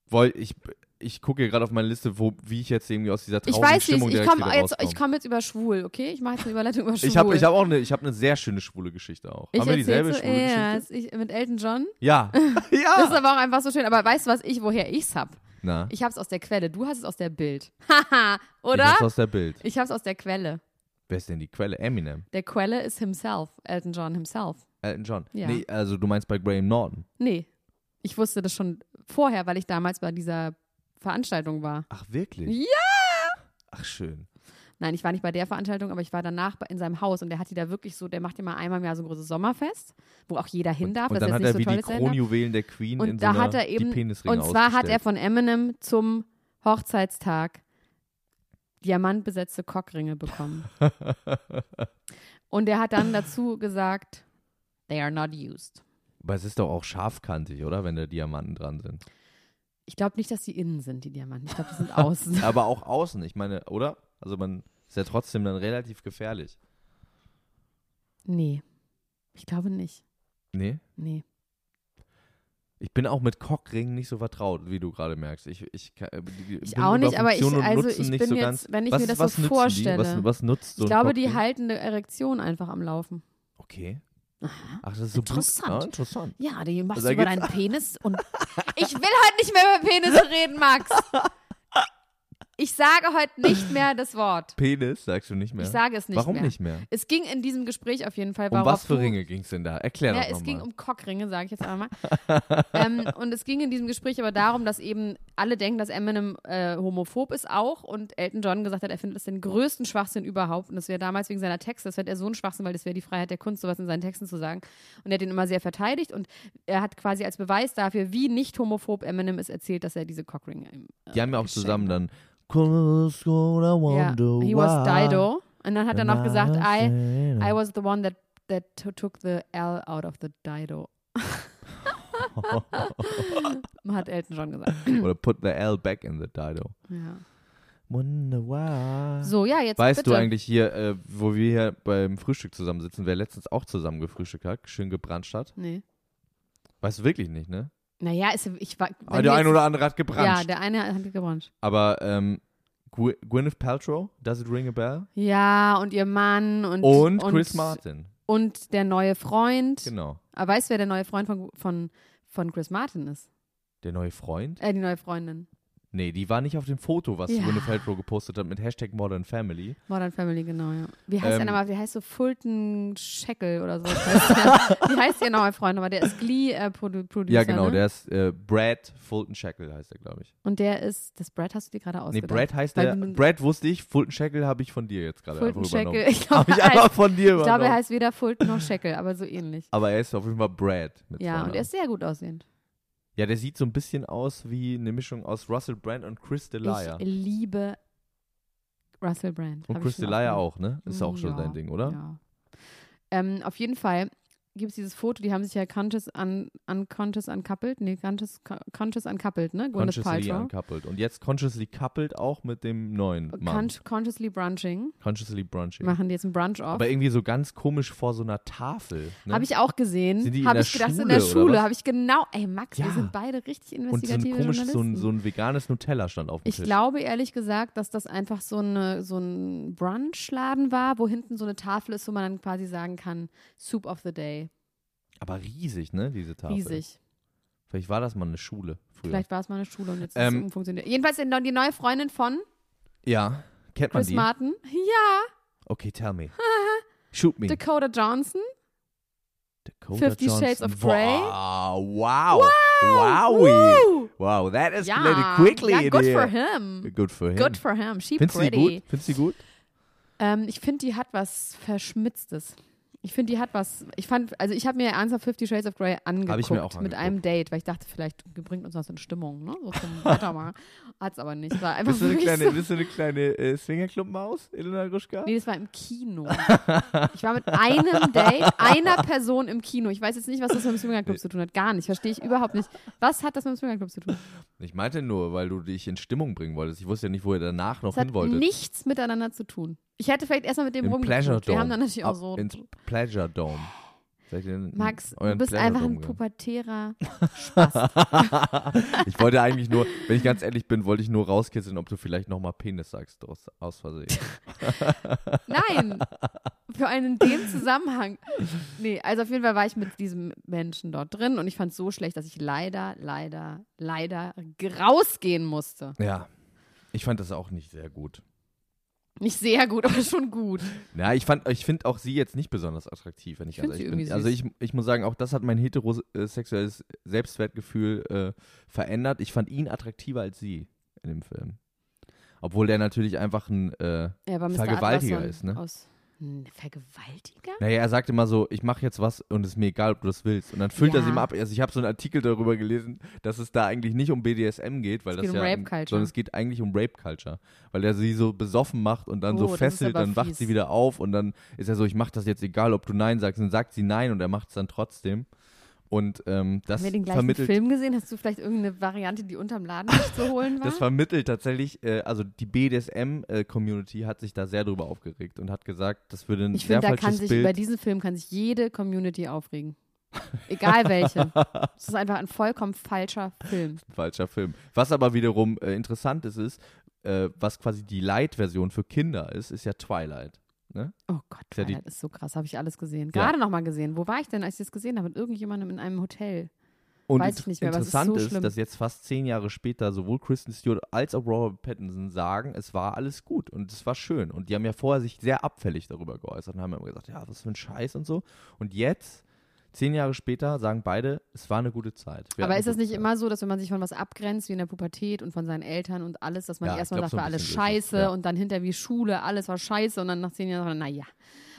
Speaker 4: woll, ich, ich gucke hier gerade auf meine Liste, wo, wie ich jetzt irgendwie aus dieser
Speaker 1: Ich
Speaker 4: traurigen
Speaker 1: weiß
Speaker 4: Stimmung
Speaker 1: nicht, ich
Speaker 4: direkt
Speaker 1: komme
Speaker 4: wieder
Speaker 1: jetzt, ich
Speaker 4: rauskomme.
Speaker 1: komm jetzt über schwul, okay? Ich mache jetzt eine Überleitung über schwul.
Speaker 4: [laughs] Ich habe ich hab auch eine, ich habe eine sehr schöne schwule Geschichte auch.
Speaker 1: Ich
Speaker 4: haben wir
Speaker 1: erzähl
Speaker 4: dieselbe
Speaker 1: so,
Speaker 4: schwule
Speaker 1: ja,
Speaker 4: Geschichte? Ah.
Speaker 1: ich, mit Elton John. [laughs]
Speaker 4: Ja. [laughs] ja.
Speaker 1: Das ist aber auch einfach so schön. Aber weißt du was ich, woher ich's hab?
Speaker 4: Na,
Speaker 1: Ich hab's aus der Quelle. Du hast es aus der Bild. [laughs] Haha,
Speaker 4: Ich
Speaker 1: oder?
Speaker 4: hab's aus der Bild.
Speaker 1: Ich hab's aus der Quelle.
Speaker 4: Wer ist denn die Quelle? Eminem.
Speaker 1: Der Quelle ist himself, Elton John himself.
Speaker 4: Elton John.
Speaker 1: Ja.
Speaker 4: Nee, also du meinst bei Graham Norton.
Speaker 1: Nee, ich wusste das schon vorher, weil ich damals bei dieser Veranstaltung war.
Speaker 4: Ach, wirklich?
Speaker 1: Ja!
Speaker 4: Ach, schön.
Speaker 1: Nein, ich war nicht bei der Veranstaltung, aber ich war danach bei- in seinem Haus und der hat die da wirklich so, der macht immer einmal im Jahr so ein großes Sommerfest, wo auch jeder hin
Speaker 4: Und,
Speaker 1: darf.
Speaker 4: und
Speaker 1: das
Speaker 4: dann
Speaker 1: ist
Speaker 4: hat
Speaker 1: jetzt
Speaker 4: er
Speaker 1: nicht
Speaker 4: wie
Speaker 1: so ne?
Speaker 4: die
Speaker 1: tolles Länder.
Speaker 4: Kronjuwelen der Queen in
Speaker 1: Und
Speaker 4: so
Speaker 1: da
Speaker 4: einer,
Speaker 1: hat er eben,
Speaker 4: die Penisringe
Speaker 1: und zwar hat er
Speaker 4: ausgestellt.
Speaker 1: von Eminem zum Hochzeitstag diamantbesetzte Cockringe bekommen. und er hat dann dazu gesagt, they are not used.
Speaker 4: [laughs] Aber es ist doch auch scharfkantig, oder? Wenn da Diamanten dran sind.
Speaker 1: Ich glaube nicht, dass die innen sind, die Diamanten. Ich glaube, die sind
Speaker 4: [laughs]
Speaker 1: außen.
Speaker 4: Aber auch außen, ich meine, oder? Also man ist ja trotzdem dann relativ gefährlich.
Speaker 1: nee, ich glaube nicht.
Speaker 4: Nee?
Speaker 1: Nee.
Speaker 4: Ich bin auch mit Cockringen nicht so vertraut, wie du gerade merkst. Ich, ich, kann- die-
Speaker 1: Ich
Speaker 4: bin
Speaker 1: auch
Speaker 4: über
Speaker 1: nicht, aber ich-
Speaker 4: Funktion und
Speaker 1: also
Speaker 4: Nutzen
Speaker 1: ich
Speaker 4: nicht
Speaker 1: bin
Speaker 4: so
Speaker 1: jetzt-
Speaker 4: ganz,
Speaker 1: wenn ich
Speaker 4: was,
Speaker 1: mir das so
Speaker 4: was nützen
Speaker 1: vorstelle-
Speaker 4: Die? Was, was nutzt so
Speaker 1: ich
Speaker 4: ein
Speaker 1: glaube, die
Speaker 4: Cockring?
Speaker 1: halten eine Erektion einfach am Laufen.
Speaker 4: [laughs] Okay. Ach, das ist so
Speaker 1: Interessant.
Speaker 4: Blut- Ah, interessant.
Speaker 1: Ja, die machst
Speaker 4: Also da
Speaker 1: über
Speaker 4: geht's-
Speaker 1: deinen Penis
Speaker 3: Oh,
Speaker 1: und. Ich will heute nicht mehr über Penisse reden,
Speaker 4: [laughs]
Speaker 1: Max. Ich sage heute nicht mehr das Wort.
Speaker 4: Penis sagst du nicht mehr.
Speaker 1: Ich sage es nicht
Speaker 4: Warum
Speaker 1: mehr.
Speaker 4: nicht mehr?
Speaker 1: Es ging in diesem Gespräch auf jeden Fall.
Speaker 4: Um
Speaker 1: worauf
Speaker 4: was für
Speaker 1: du-
Speaker 4: Ringe ging es denn da? Erklär
Speaker 1: Ja,
Speaker 4: doch
Speaker 1: es ging
Speaker 4: nochmal.
Speaker 1: um Cockringe, sage ich jetzt einmal.
Speaker 4: [laughs]
Speaker 1: ähm, und es ging in diesem Gespräch aber darum, dass eben alle denken, dass Eminem äh, homophob ist auch und Elton John gesagt hat, er findet das den größten Schwachsinn überhaupt und das wäre damals wegen seiner Texte, das wäre er so ein Schwachsinn, weil das wäre die Freiheit der Kunst, sowas in seinen Texten zu sagen. Und er hat ihn immer sehr verteidigt und er hat quasi als Beweis dafür, wie nicht homophob Eminem ist, erzählt, dass er diese Cockringe im
Speaker 4: Die haben ja auch zusammen dann. Cause I wonder
Speaker 1: um, äh, ja, he
Speaker 4: why.
Speaker 1: was Dido. Und dann hat er noch
Speaker 4: And
Speaker 1: gesagt, I,
Speaker 4: said
Speaker 1: I was the one that, that to- took the L out of the
Speaker 4: [laughs]
Speaker 1: Dido. hat Elton John gesagt.
Speaker 4: Oder put the L back in the Dido.
Speaker 1: Ja.
Speaker 4: Wonder why.
Speaker 1: So, ja, jetzt
Speaker 4: Weißt
Speaker 1: bitte.
Speaker 4: du eigentlich hier, äh, wo wir hier beim Frühstück zusammensitzen, wer letztens auch zusammen gefrühstückt hat, schön gebrannt hat?
Speaker 1: Nee.
Speaker 4: Weißt du wirklich nicht, ne?
Speaker 1: Naja, ist, ich war... wenn
Speaker 4: Aber
Speaker 1: wir
Speaker 4: Ah, der eine
Speaker 1: jetzt-
Speaker 4: oder andere hat gebrannt.
Speaker 1: Ja, der eine hat gebrannt.
Speaker 4: Aber ähm, Gwy- Gwyneth Paltrow, Does It Ring a Bell?
Speaker 1: Ja, und ihr Mann und...
Speaker 4: Und, Chris Martin,
Speaker 1: Und der neue Freund.
Speaker 4: genau.
Speaker 1: Aber weißt du, wer der neue Freund von, von, von Chris Martin ist?
Speaker 4: Der neue Freund?
Speaker 1: Äh, die neue Freundin.
Speaker 4: Nee, die war nicht auf dem Foto, was
Speaker 1: Ja.
Speaker 4: Gwyneth Paltrow gepostet hat mit Hashtag Modern Family.
Speaker 1: Modern Family, genau, ja. Wie heißt
Speaker 4: Ähm.
Speaker 1: der nochmal? Der heißt so Fulton Scheckel oder so. Heißt
Speaker 4: [laughs]
Speaker 1: der. Wie heißt der nochmal, Freund? Aber der ist Glee-Producer.
Speaker 4: Ja, genau,
Speaker 1: ne?
Speaker 4: der ist äh, Brad Fulton Shackle heißt er, glaube ich.
Speaker 1: Und der ist, das Brad hast du dir gerade
Speaker 4: Nee,
Speaker 1: ausgedacht.
Speaker 4: Brad heißt
Speaker 1: Weil
Speaker 4: der,
Speaker 1: du-
Speaker 4: Brad wusste ich, Fulton Shackle habe ich von dir jetzt gerade einfach
Speaker 1: Fulton Scheckel. [laughs]
Speaker 4: übernommen.
Speaker 1: Ich glaube,
Speaker 4: Habe ich
Speaker 1: er, heißt-
Speaker 4: einfach von dir
Speaker 1: ich
Speaker 4: übernommen.
Speaker 1: glaube, er heißt weder Fulton noch Scheckel, aber so
Speaker 4: [laughs]
Speaker 1: ähnlich.
Speaker 4: aber er ist auf jeden Fall Brad. Mit
Speaker 1: Ja, und
Speaker 4: Vornamen.
Speaker 1: er ist sehr gut aussehend.
Speaker 4: ja, der sieht so ein bisschen aus wie eine Mischung aus Russell Brand und Chris Delia.
Speaker 1: Ich liebe Russell Brand.
Speaker 4: Und
Speaker 1: Hab ich
Speaker 4: Chris
Speaker 1: schon
Speaker 4: Delia
Speaker 1: oft
Speaker 4: auch, ne? Ist auch schon
Speaker 1: Ja,
Speaker 4: sein Ding, oder?
Speaker 1: Ja. Ähm, auf jeden Fall gibt es dieses Foto, die haben sich ja conscious un, unconscious uncoupled, nee, conscious, conscious uncoupled, ne? Gwyneth
Speaker 4: Consciously
Speaker 1: Paltrow.
Speaker 4: uncoupled. Und jetzt Consciously coupled auch mit dem neuen Mann.
Speaker 1: Con consciously brunching.
Speaker 4: Consciously brunching.
Speaker 1: Machen die jetzt einen Brunch-Off.
Speaker 4: Aber irgendwie so ganz komisch vor so einer Tafel. Ne?
Speaker 1: Habe ich auch gesehen.
Speaker 4: Sind die in
Speaker 1: Habe
Speaker 4: der
Speaker 1: ich gedacht, in
Speaker 4: Schule
Speaker 1: der
Speaker 4: oder
Speaker 1: Schule.
Speaker 4: was?
Speaker 1: Habe ich genau. Ey, Max,
Speaker 4: Ja.
Speaker 1: wir sind beide richtig
Speaker 4: und so ein
Speaker 1: investigative
Speaker 4: komisches, so ein,
Speaker 1: Journalisten.
Speaker 4: so ein veganes Nutella stand auf dem
Speaker 1: ich
Speaker 4: Tisch.
Speaker 1: glaube ehrlich gesagt, dass das einfach so, eine, so ein Brunchladen war, wo hinten so eine Tafel ist, wo man dann quasi sagen kann, Soup of the Day.
Speaker 4: Aber riesig, ne, diese Tafel.
Speaker 1: Riesig.
Speaker 4: Vielleicht war das mal eine Schule früher.
Speaker 1: Vielleicht war es mal eine Schule und jetzt ist
Speaker 4: Ähm,
Speaker 1: es umfunktioniert. Jedenfalls die neu- die neue Freundin von
Speaker 4: Ja, kennt man
Speaker 1: Chris
Speaker 4: die?
Speaker 1: Martin. [laughs] Ja,
Speaker 4: Okay, tell
Speaker 1: [laughs]
Speaker 4: me. Shoot me.
Speaker 1: Dakota Johnson.
Speaker 4: Dakota
Speaker 1: Fifty Shades of Grey.
Speaker 4: Wow, wow. Wowie.
Speaker 1: Woo!
Speaker 4: Wow, that escalated
Speaker 1: Ja,
Speaker 4: quickly
Speaker 1: ja
Speaker 4: in
Speaker 1: good
Speaker 4: here.
Speaker 1: for him.
Speaker 4: Good for him.
Speaker 1: Good for him. She
Speaker 4: Findest du die
Speaker 1: pretty.
Speaker 4: gut? Findest du die gut?
Speaker 1: Ähm, ich finde, die hat was Verschmitztes. Ich finde, die hat was. Ich fand, also ich habe mir ernsthaft Fifty Shades of Grey angeguckt,
Speaker 4: Hab ich mir auch
Speaker 1: mit
Speaker 4: angeguckt.
Speaker 1: einem Date, weil ich dachte, vielleicht bringt uns das in Stimmung, ne? So zum Wetter mal. Hat's aber nicht. War einfach
Speaker 4: Bist du eine
Speaker 1: wirklich
Speaker 4: kleine,
Speaker 1: so-
Speaker 4: bist du eine kleine äh, Swingerclub-Maus, Elena Gruschka?
Speaker 1: Nee, das war im Kino. Ich war mit einem Date, einer Person im Kino. Ich weiß jetzt nicht, was das mit dem Swingerclub zu tun hat. Gar nicht. Verstehe ich überhaupt nicht. Was hat das mit dem Swingerclub zu tun?
Speaker 4: Ich meinte nur, weil du dich in Stimmung bringen wolltest. Ich wusste ja nicht, wo ihr danach noch
Speaker 1: Das hat
Speaker 4: hin wolltet.
Speaker 1: nichts miteinander zu tun. Ich hätte vielleicht erstmal mit dem
Speaker 4: Im Pleasure
Speaker 1: rumgeknutscht.
Speaker 4: Dome.
Speaker 1: Wir haben dann natürlich auch
Speaker 4: Ab
Speaker 1: so.
Speaker 4: Ins Pleasure Dome. Seid ihr denn in
Speaker 1: Max, du
Speaker 4: euren
Speaker 1: bist
Speaker 4: Pleasure
Speaker 1: einfach
Speaker 4: Dome
Speaker 1: ein pubertärer.
Speaker 4: gegangen? Ich wollte
Speaker 1: [laughs]
Speaker 4: eigentlich nur, wenn ich ganz ehrlich bin, wollte ich nur
Speaker 1: [laughs]
Speaker 4: rauskitzeln, ob du vielleicht nochmal Penis sagst aus, aus Versehen.
Speaker 1: Nein! für einen in dem Zusammenhang. Nee, also auf jeden Fall war ich mit diesem Menschen dort drin und ich fand es so schlecht, dass ich leider, leider, leider rausgehen musste.
Speaker 4: Ja. Ich fand das auch nicht sehr gut.
Speaker 1: Nicht sehr gut, aber schon gut.
Speaker 4: Ja, ich fand, ich finde auch sie jetzt nicht besonders attraktiv, wenn ich,
Speaker 1: Ich find
Speaker 4: ganz
Speaker 1: sie
Speaker 4: ehrlich bin.
Speaker 1: irgendwie
Speaker 4: Also ich, ich muss sagen, auch das hat mein heterosexuelles Selbstwertgefühl äh, verändert. Ich fand ihn attraktiver als sie in dem Film. Obwohl der natürlich einfach ein, äh,
Speaker 1: Ja, aber Mr.
Speaker 4: Vergewaltiger
Speaker 1: Adlerson
Speaker 4: ist, ne?
Speaker 1: Aus Hm, Vergewaltiger?
Speaker 4: naja, er sagte immer so, ich mache jetzt was und es ist mir egal, ob du das willst. Und dann füllt er
Speaker 1: Ja.
Speaker 4: sie mal ab. Also ich habe so einen Artikel darüber gelesen, dass es da eigentlich nicht um BDSM geht, weil
Speaker 1: Es
Speaker 4: das
Speaker 1: geht um
Speaker 4: ja,
Speaker 1: Rape Culture.
Speaker 4: sondern es geht eigentlich um Rape Culture, weil er sie so besoffen macht und dann
Speaker 1: Oh,
Speaker 4: so
Speaker 1: das ist
Speaker 4: fesselt,
Speaker 1: aber
Speaker 4: dann wacht sie
Speaker 1: fies.
Speaker 4: wieder auf und dann ist er so, ich mache das jetzt egal, ob du nein sagst. Und dann sagt sie nein und er macht es dann trotzdem. Und ähm, das
Speaker 1: Haben wir den gleichen
Speaker 4: vermittelt
Speaker 1: Film gesehen? Hast du vielleicht irgendeine Variante, die unterm Laden nicht zu holen war?
Speaker 4: [laughs] das vermittelt tatsächlich, äh, also die BDSM-Community äh, hat sich da sehr drüber aufgeregt und hat gesagt, das würde ein
Speaker 1: ich
Speaker 4: sehr
Speaker 1: finde, da
Speaker 4: falsches
Speaker 1: kann sich
Speaker 4: Bild.
Speaker 1: über diesen Film kann sich jede Community aufregen. Egal
Speaker 4: [laughs]
Speaker 1: welche. Es ist einfach ein vollkommen falscher Film.
Speaker 4: falscher Film. Was aber wiederum äh, interessant ist, ist, äh, was quasi die Light-Version für Kinder ist, ist ja Twilight.
Speaker 1: Oh Gott,
Speaker 4: Ja, die-
Speaker 1: Twilight ist so krass, habe ich alles gesehen.
Speaker 4: Ja.
Speaker 1: Gerade noch mal gesehen. Wo war ich denn, als ich das gesehen habe? Mit irgendjemandem in einem Hotel.
Speaker 4: Und
Speaker 1: Weiß ich
Speaker 4: int-
Speaker 1: nicht mehr, aber es ist
Speaker 4: interessant
Speaker 1: so
Speaker 4: ist,
Speaker 1: schlimm.
Speaker 4: dass jetzt fast zehn Jahre später sowohl Kristen Stewart als auch Robert Pattinson sagen, es war alles gut und es war schön. Und die haben ja vorher sich sehr abfällig darüber geäußert und haben immer gesagt, ja, was für ein Scheiß und so. Und jetzt, zehn Jahre später, sagen beide, es war eine gute Zeit. Wir
Speaker 1: Aber
Speaker 4: hatten
Speaker 1: ist das
Speaker 4: eine
Speaker 1: nicht
Speaker 4: gute Zeit.
Speaker 1: immer so, dass wenn man sich von was abgrenzt, wie in der Pubertät und von seinen Eltern und alles, dass man
Speaker 4: Ja, ich
Speaker 1: erstmal
Speaker 4: glaub,
Speaker 1: sagt,
Speaker 4: so ein
Speaker 1: war alles
Speaker 4: bisschen so ist es,
Speaker 1: scheiße
Speaker 4: ja.
Speaker 1: und dann hinter wie Schule, alles war scheiße und dann nach zehn Jahren, naja.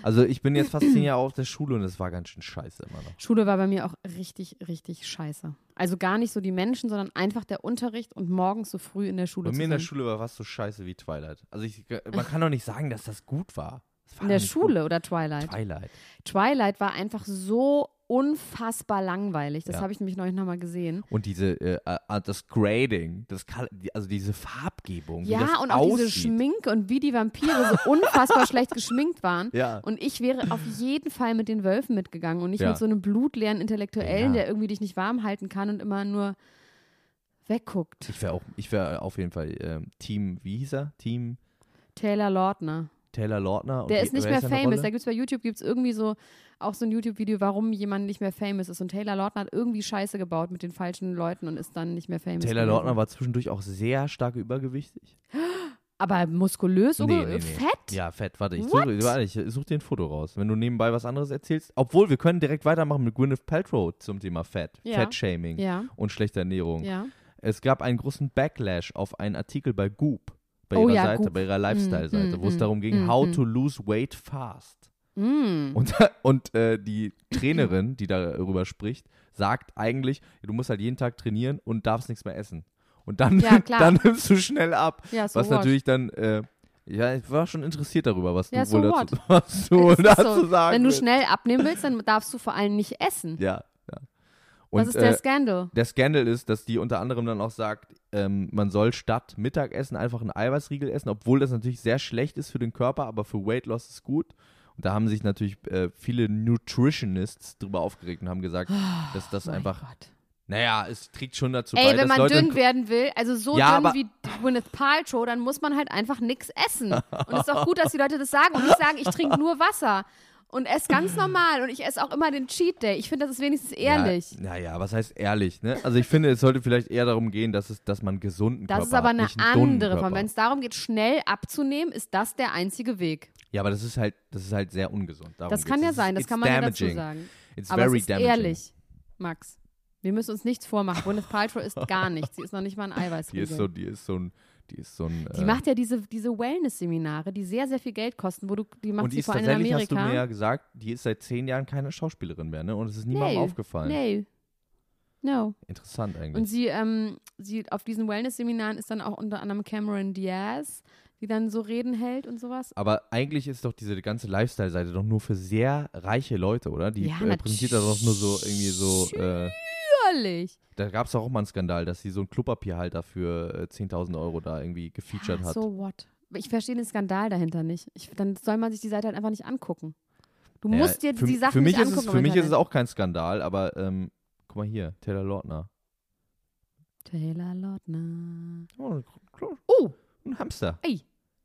Speaker 4: Also ich bin jetzt fast zehn Jahre auf der Schule und es war ganz schön scheiße immer noch.
Speaker 1: Schule war bei mir auch richtig, richtig scheiße. Also gar nicht so die Menschen, sondern einfach der Unterricht und morgens so früh in der Schule
Speaker 4: Bei
Speaker 1: zu
Speaker 4: mir in der
Speaker 1: sein.
Speaker 4: Schule war fast so scheiße wie Twilight. Also ich, man kann doch nicht sagen, dass das gut war. Es war
Speaker 1: In der
Speaker 4: nicht
Speaker 1: Schule oder
Speaker 4: Gut.
Speaker 1: Twilight?
Speaker 4: Twilight.
Speaker 1: Twilight war einfach so unfassbar langweilig. Das
Speaker 4: Ja.
Speaker 1: habe ich nämlich neulich nochmal gesehen.
Speaker 4: Und diese, äh, äh, das Grading, das, Kal- die- also diese Farbgebung. wie das
Speaker 1: Ja, und auch
Speaker 4: aussieht.
Speaker 1: diese Schminke und wie die Vampire
Speaker 4: [laughs]
Speaker 1: so unfassbar schlecht geschminkt waren.
Speaker 4: Ja.
Speaker 1: Und ich wäre auf jeden Fall mit den Wölfen mitgegangen und nicht
Speaker 4: Ja.
Speaker 1: mit so einem blutleeren Intellektuellen,
Speaker 4: Ja.
Speaker 1: der irgendwie dich nicht warm halten kann und immer nur wegguckt.
Speaker 4: Ich wäre auch, ich wäre auf jeden Fall ähm, Team, wie hieß er? Team
Speaker 1: Taylor Lautner.
Speaker 4: Taylor Lautner. Und
Speaker 1: Der
Speaker 4: wie-
Speaker 1: ist nicht
Speaker 4: wer
Speaker 1: mehr
Speaker 4: da eine
Speaker 1: famous. Da
Speaker 4: Rolle?
Speaker 1: gibt's bei YouTube gibt's irgendwie so auch so ein YouTube-Video, warum jemand nicht mehr famous ist. Und Taylor Lautner hat irgendwie Scheiße gebaut mit den falschen Leuten und ist dann nicht mehr famous.
Speaker 4: Taylor
Speaker 1: gewesen.
Speaker 4: Lautner war zwischendurch auch sehr stark übergewichtig.
Speaker 1: Aber muskulös,
Speaker 4: Nee,
Speaker 1: oder
Speaker 4: nee, nee.
Speaker 1: fett?
Speaker 4: Ja, fett. Warte, ich
Speaker 1: What?
Speaker 4: suche, warte, ich such dir ein Foto raus. Wenn du nebenbei was anderes erzählst. Obwohl, wir können direkt weitermachen mit Gwyneth Paltrow zum Thema Fett.
Speaker 1: Ja.
Speaker 4: Fettshaming
Speaker 1: Ja.
Speaker 4: und schlechte Ernährung.
Speaker 1: ja.
Speaker 4: Es gab einen großen Backlash auf einen Artikel bei Goop, bei
Speaker 1: Oh
Speaker 4: ihrer
Speaker 1: ja,
Speaker 4: Seite,
Speaker 1: Goop.
Speaker 4: bei ihrer Lifestyle-Seite,
Speaker 1: mm,
Speaker 4: wo es
Speaker 1: mm,
Speaker 4: darum ging,
Speaker 1: mm,
Speaker 4: how
Speaker 1: mm.
Speaker 4: to lose weight fast.
Speaker 1: Mm.
Speaker 4: Und, [laughs] und äh, die Trainerin, die darüber spricht, sagt eigentlich, du musst halt jeden Tag trainieren und darfst nichts mehr essen. Und dann, [laughs]
Speaker 1: Ja, klar.
Speaker 4: dann nimmst du schnell ab.
Speaker 1: Ja, so
Speaker 4: was
Speaker 1: what?
Speaker 4: natürlich dann, äh, ja, ich war schon interessiert darüber, was
Speaker 1: Ja,
Speaker 4: du
Speaker 1: so
Speaker 4: wohl
Speaker 1: what?
Speaker 4: dazu, [laughs] was du wohl
Speaker 1: Es ist
Speaker 4: dazu
Speaker 1: so.
Speaker 4: sagen
Speaker 1: Wenn du
Speaker 4: willst.
Speaker 1: schnell abnehmen willst, dann darfst du vor allem nicht essen.
Speaker 4: Ja, ja. Und,
Speaker 1: das ist der
Speaker 4: äh,
Speaker 1: Scandal.
Speaker 4: der Scandal ist, dass die unter anderem dann auch sagt, ähm, man soll statt Mittagessen einfach einen Eiweißriegel essen, obwohl das natürlich sehr schlecht ist für den Körper, aber für Weight Loss ist gut. Und da haben sich natürlich äh, viele Nutritionists drüber aufgeregt und haben gesagt, dass das
Speaker 1: Ah, Mein
Speaker 4: einfach,
Speaker 1: Gott.
Speaker 4: naja, es trägt schon dazu bei,
Speaker 1: Ey, wenn
Speaker 4: dass
Speaker 1: man
Speaker 4: Leute
Speaker 1: dünn werden will, also so
Speaker 4: Ja,
Speaker 1: dünn
Speaker 4: aber-
Speaker 1: wie Gwyneth Paltrow, dann muss man halt einfach nichts essen. Und es ist auch gut, dass die Leute das sagen und nicht sagen, ich trinke nur Wasser und esse ganz normal und ich esse auch immer den Cheat Day. Ich finde, das ist wenigstens ehrlich.
Speaker 4: Ja, naja, was heißt ehrlich? Ne? Also ich finde, es sollte vielleicht eher darum gehen, dass, es, dass man gesunden
Speaker 1: das
Speaker 4: Körper
Speaker 1: ist aber
Speaker 4: hat,
Speaker 1: eine
Speaker 4: nicht einen dummen
Speaker 1: andere
Speaker 4: Körper.
Speaker 1: Form. Wenn es darum geht, schnell abzunehmen, ist das der einzige Weg.
Speaker 4: Ja, aber das ist halt, das ist halt sehr ungesund. Darum
Speaker 1: Das kann
Speaker 4: geht's.
Speaker 1: ja
Speaker 4: Es ist-
Speaker 1: sein, das
Speaker 4: it's
Speaker 1: kann man ja dazu
Speaker 4: damaging.
Speaker 1: sagen.
Speaker 4: It's
Speaker 1: Aber
Speaker 4: very
Speaker 1: es ist
Speaker 4: damaging.
Speaker 1: ehrlich, Max. Wir müssen uns nichts vormachen. Gwyneth Paltrow ist gar nichts. Sie ist noch nicht mal ein
Speaker 4: Die
Speaker 1: Eiweißriegel.
Speaker 4: ist so, die ist so ein, die ist so ein.
Speaker 1: die
Speaker 4: äh,
Speaker 1: macht ja diese, diese Wellness-Seminare, die sehr, sehr viel Geld kosten, wo du, die macht
Speaker 4: und die
Speaker 1: sie
Speaker 4: ist
Speaker 1: vor allem in
Speaker 4: tatsächlich, hast du
Speaker 1: Amerika.
Speaker 4: mir ja gesagt, die ist seit zehn Jahren keine Schauspielerin mehr, ne? Und es ist niemandem
Speaker 1: Nee,
Speaker 4: aufgefallen.
Speaker 1: Nee. No.
Speaker 4: Interessant eigentlich.
Speaker 1: Und sie, ähm, sie auf diesen Wellness-Seminaren ist dann auch unter anderem Cameron Diaz, die dann so Reden hält und sowas.
Speaker 4: aber eigentlich ist doch diese ganze Lifestyle-Seite doch nur für sehr reiche Leute, oder? Die
Speaker 1: Ja,
Speaker 4: äh, präsentiert das doch nur so irgendwie so. Äh,
Speaker 1: Natürlich.
Speaker 4: da gab es doch auch mal einen Skandal, dass sie so einen Klopapierhalter für äh, 10.000 Euro da irgendwie gefeatured
Speaker 1: Ja,
Speaker 4: hat.
Speaker 1: so what? Ich verstehe den Skandal dahinter nicht. Ich, dann soll man sich die Seite halt einfach nicht angucken. Du
Speaker 4: Ja,
Speaker 1: musst dir
Speaker 4: für,
Speaker 1: die Sachen
Speaker 4: für mich
Speaker 1: nicht
Speaker 4: ist
Speaker 1: angucken.
Speaker 4: Es, für
Speaker 1: im
Speaker 4: mich ist es
Speaker 1: Internet.
Speaker 4: auch kein Skandal, aber ähm, guck mal hier, Taylor Lautner.
Speaker 1: Taylor Lautner.
Speaker 4: Oh, ein Klo-
Speaker 1: Oh,
Speaker 4: ein Hamster.
Speaker 1: Ey.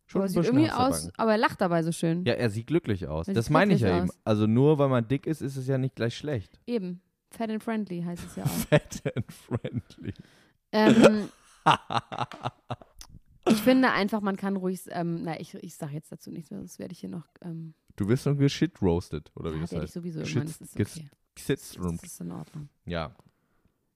Speaker 4: Schon
Speaker 1: Aber
Speaker 4: ein
Speaker 1: Oh, sieht
Speaker 4: bisschen
Speaker 1: irgendwie
Speaker 4: Hass
Speaker 1: aus,
Speaker 4: dabei.
Speaker 1: aber er lacht dabei so schön.
Speaker 4: Ja, er sieht glücklich aus.
Speaker 1: Er
Speaker 4: Das
Speaker 1: sieht
Speaker 4: meine ich
Speaker 1: glücklich
Speaker 4: ja eben.
Speaker 1: aus.
Speaker 4: Also nur weil man dick ist, ist es ja nicht
Speaker 1: [laughs]
Speaker 4: gleich schlecht.
Speaker 1: Eben. Fat and friendly heißt es ja
Speaker 4: [laughs]
Speaker 1: auch.
Speaker 4: Fat and friendly. [laughs]
Speaker 1: ähm, ich finde einfach, man kann ruhig, ähm, na, ich, ich sage jetzt dazu nichts mehr, sonst werde ich hier noch, ähm,
Speaker 4: Du wirst irgendwie shitroasted, oder wie
Speaker 1: ja,
Speaker 4: das
Speaker 1: werde ich
Speaker 4: heißt.
Speaker 1: sowieso immer,
Speaker 4: Shit-
Speaker 1: das ist
Speaker 4: ges-
Speaker 1: okay.
Speaker 4: Gesitzt-
Speaker 1: Das ist in Ordnung.
Speaker 4: Ja,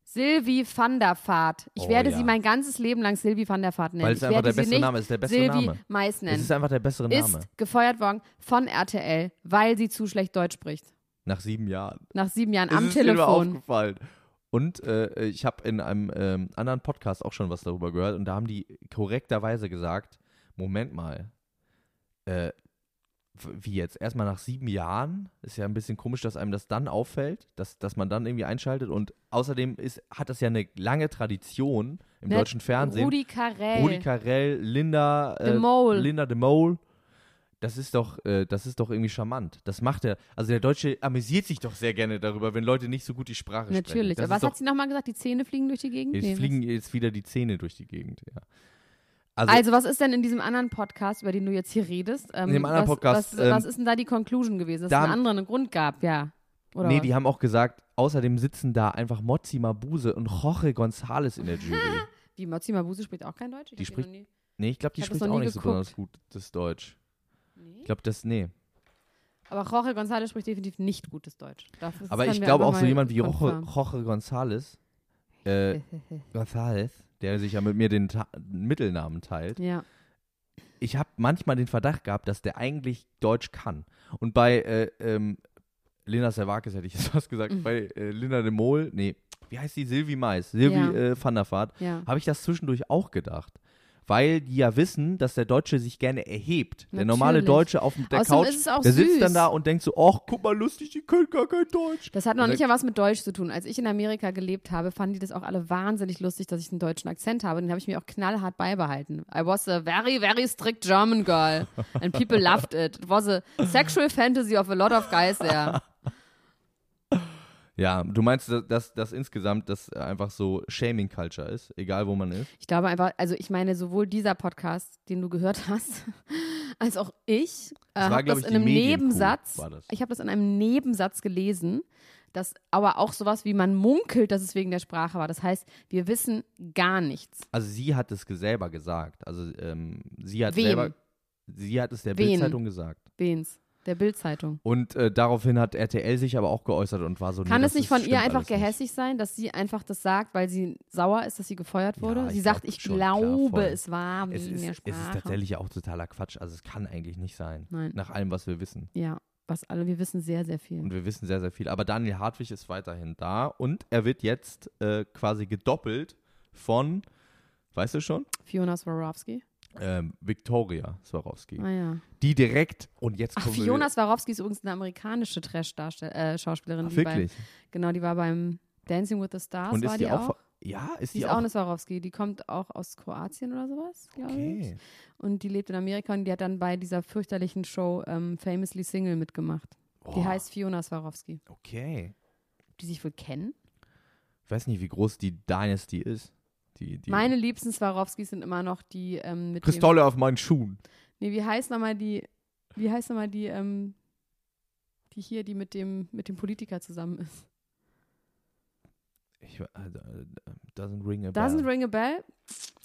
Speaker 1: Silvi van der Vaart. Ich
Speaker 4: Oh,
Speaker 1: werde
Speaker 4: ja.
Speaker 1: sie mein ganzes Leben lang Silvi van der Vaart nennen.
Speaker 4: weil es
Speaker 1: ich
Speaker 4: einfach
Speaker 1: werde
Speaker 4: der
Speaker 1: sie
Speaker 4: beste
Speaker 1: nicht
Speaker 4: Name ist. Der beste
Speaker 1: Silvi
Speaker 4: Name.
Speaker 1: Mais nennen.
Speaker 4: Es ist einfach der bessere Name.
Speaker 1: ist gefeuert worden von RTL, weil sie zu schlecht Deutsch spricht.
Speaker 4: Nach sieben Jahren.
Speaker 1: Nach sieben Jahren
Speaker 4: Das
Speaker 1: am
Speaker 4: ist mir immer
Speaker 1: Telefon.
Speaker 4: aufgefallen. Und äh, ich habe in einem ähm, anderen Podcast auch schon was darüber gehört und da haben die korrekterweise gesagt, Moment mal, äh, w- wie jetzt? Erstmal nach sieben Jahren ist ja ein bisschen komisch, dass einem das dann auffällt, dass, dass man dann irgendwie einschaltet und außerdem ist, hat das ja eine lange Tradition im
Speaker 1: Ne?
Speaker 4: deutschen Fernsehen.
Speaker 1: Rudi Carell.
Speaker 4: Rudi Carell, Linda äh,
Speaker 1: De Mol.
Speaker 4: Linda de Mol. Das ist doch, äh, das ist doch irgendwie charmant. Das macht er. Also der Deutsche amüsiert sich doch sehr gerne darüber, wenn Leute nicht so gut die Sprache sprechen.
Speaker 1: Natürlich.
Speaker 4: Das
Speaker 1: Aber was
Speaker 4: ist doch,
Speaker 1: hat sie nochmal gesagt? Die Zähne fliegen durch die Gegend?
Speaker 4: Jetzt
Speaker 1: Nee, was-
Speaker 4: fliegen jetzt wieder die Zähne durch die Gegend. Ja. Also,
Speaker 1: also, was ist denn in diesem anderen Podcast, über den du jetzt hier redest? Ähm,
Speaker 4: In dem anderen
Speaker 1: was,
Speaker 4: Podcast,
Speaker 1: Was, was
Speaker 4: ähm,
Speaker 1: ist denn da die Conclusion gewesen? Dass
Speaker 4: da-
Speaker 1: es einen anderen Grund gab, ja. Oder
Speaker 4: nee,
Speaker 1: was?
Speaker 4: die haben auch gesagt. Außerdem sitzen da einfach Mozzi Mabuse und Jorge González in der
Speaker 1: [laughs]
Speaker 4: Jury.
Speaker 1: Wie Mozzi Mabuse spricht auch kein Deutsch? Ich
Speaker 4: Die
Speaker 1: hab
Speaker 4: spricht-
Speaker 1: noch nie-
Speaker 4: Nee, ich glaube, die
Speaker 1: Ich hab das
Speaker 4: spricht
Speaker 1: noch
Speaker 4: auch
Speaker 1: nie
Speaker 4: nicht so
Speaker 1: geguckt.
Speaker 4: besonders gut das Deutsch. Ich glaube, das nee.
Speaker 1: Aber Jorge González spricht definitiv nicht gutes Deutsch. Das ist-
Speaker 4: Aber
Speaker 1: können
Speaker 4: ich
Speaker 1: wir
Speaker 4: glaube
Speaker 1: einfach
Speaker 4: auch so
Speaker 1: mal
Speaker 4: jemand wie Jorge,
Speaker 1: confirmen.
Speaker 4: Jorge González.
Speaker 1: [laughs]
Speaker 4: Äh, González, der sich ja mit mir den Ta Mittelnamen teilt.
Speaker 1: Ja.
Speaker 4: Ich habe manchmal den Verdacht gehabt, dass der eigentlich Deutsch kann. Und bei äh, ähm, Linda Servakis hätte ich jetzt [laughs] was gesagt,
Speaker 1: Mhm.
Speaker 4: bei äh, Linda de Mol, nee, wie heißt die? Silvi Mais, Silvi
Speaker 1: Ja.
Speaker 4: äh, van der Vaart,
Speaker 1: Ja.
Speaker 4: habe ich das zwischendurch auch gedacht. Weil die ja wissen, dass der Deutsche sich gerne erhebt. Der normale
Speaker 1: Natürlich.
Speaker 4: Deutsche auf dem- der
Speaker 1: Außerdem
Speaker 4: Couch,
Speaker 1: ist es auch
Speaker 4: der sitzt
Speaker 1: süß.
Speaker 4: dann da und denkt so, ach, guck mal, lustig, die können gar kein Deutsch.
Speaker 1: Das hat noch
Speaker 4: Und
Speaker 1: nicht
Speaker 4: dann-
Speaker 1: mal was mit Deutsch zu tun. Als ich in Amerika gelebt habe, fanden die das auch alle wahnsinnig lustig, dass ich einen deutschen Akzent habe. Den habe ich mir auch knallhart beibehalten. I was a very, very strict German girl. And people loved it. It was a sexual fantasy of a lot of guys there.
Speaker 4: Ja, du meinst, dass, dass, dass insgesamt das einfach so Shaming-Culture ist, egal wo man ist.
Speaker 1: Ich glaube einfach, also ich meine, sowohl dieser Podcast, den du gehört hast, [laughs] als auch ich, äh,
Speaker 4: Das war,
Speaker 1: habe
Speaker 4: glaub
Speaker 1: das in
Speaker 4: ich, die
Speaker 1: einem
Speaker 4: Medienkuh,
Speaker 1: Nebensatz,
Speaker 4: war das.
Speaker 1: ich habe das in einem Nebensatz gelesen, dass aber auch sowas wie man munkelt, dass es wegen der Sprache war. Das heißt, wir wissen gar nichts.
Speaker 4: Also sie hat es ge- selber gesagt. Also ähm, sie hat
Speaker 1: Wem?
Speaker 4: selber, sie hat es der
Speaker 1: Wen?
Speaker 4: Bildzeitung gesagt.
Speaker 1: Wens? Der Bild-Zeitung.
Speaker 4: Und äh, daraufhin hat RTL sich aber auch geäußert und war so.
Speaker 1: Kann
Speaker 4: nee,
Speaker 1: es
Speaker 4: das
Speaker 1: nicht
Speaker 4: ist-
Speaker 1: von
Speaker 4: stimmt
Speaker 1: ihr einfach
Speaker 4: alles nicht.
Speaker 1: gehässig sein, dass sie einfach das sagt, weil sie sauer ist, dass sie gefeuert wurde?
Speaker 4: Ja, ich
Speaker 1: sie sagt,
Speaker 4: glaub
Speaker 1: ich
Speaker 4: schon, klar,
Speaker 1: glaube,
Speaker 4: voll.
Speaker 1: es war wegen
Speaker 4: Es ist,
Speaker 1: der
Speaker 4: es
Speaker 1: Sprache.
Speaker 4: ist tatsächlich ja auch totaler Quatsch. Also es kann eigentlich nicht sein.
Speaker 1: Nein.
Speaker 4: Nach allem, was wir wissen.
Speaker 1: ja, was alle, wir wissen sehr, sehr viel.
Speaker 4: Und wir wissen sehr, sehr viel. Aber Daniel Hartwig ist weiterhin da und er wird jetzt äh, quasi gedoppelt von, weißt du schon,
Speaker 1: Fiona Swarovski?
Speaker 4: ähm, Victoria Swarovski.
Speaker 1: Ah ja.
Speaker 4: die direkt und jetzt
Speaker 1: Ach,
Speaker 4: kommen
Speaker 1: Fiona Swarovski ist übrigens eine amerikanische äh, Trash-Schauspielerin.
Speaker 4: wir Ach, wirklich
Speaker 1: genau, die war beim Dancing with the Stars,
Speaker 4: und ist
Speaker 1: war
Speaker 4: die, auch,
Speaker 1: auch.
Speaker 4: ver- ja ist
Speaker 1: Die
Speaker 4: die,
Speaker 1: ist auch
Speaker 4: auch,
Speaker 1: eine Swarovski, die kommt auch aus Kroatien oder sowas, glaube
Speaker 4: okay
Speaker 1: ich. Und die lebt in Amerika und die hat dann bei dieser fürchterlichen Show ähm, Famously Single mitgemacht. Die
Speaker 4: Boah,
Speaker 1: heißt Fiona Swarovski.
Speaker 4: okay
Speaker 1: Die sich wohl kennen?
Speaker 4: ich weiß nicht wie groß die Dynasty ist die, die
Speaker 1: Meine liebsten Swarovskis sind immer noch die ähm, mit
Speaker 4: Kristalle auf meinen Schuhen
Speaker 1: dem. Nee, wie heißt nochmal die, wie heißt nochmal die, ähm, die hier, die mit dem, mit dem Politiker zusammen ist?
Speaker 4: ich, äh, doesn't ring a bell
Speaker 1: Doesn't ring a bell?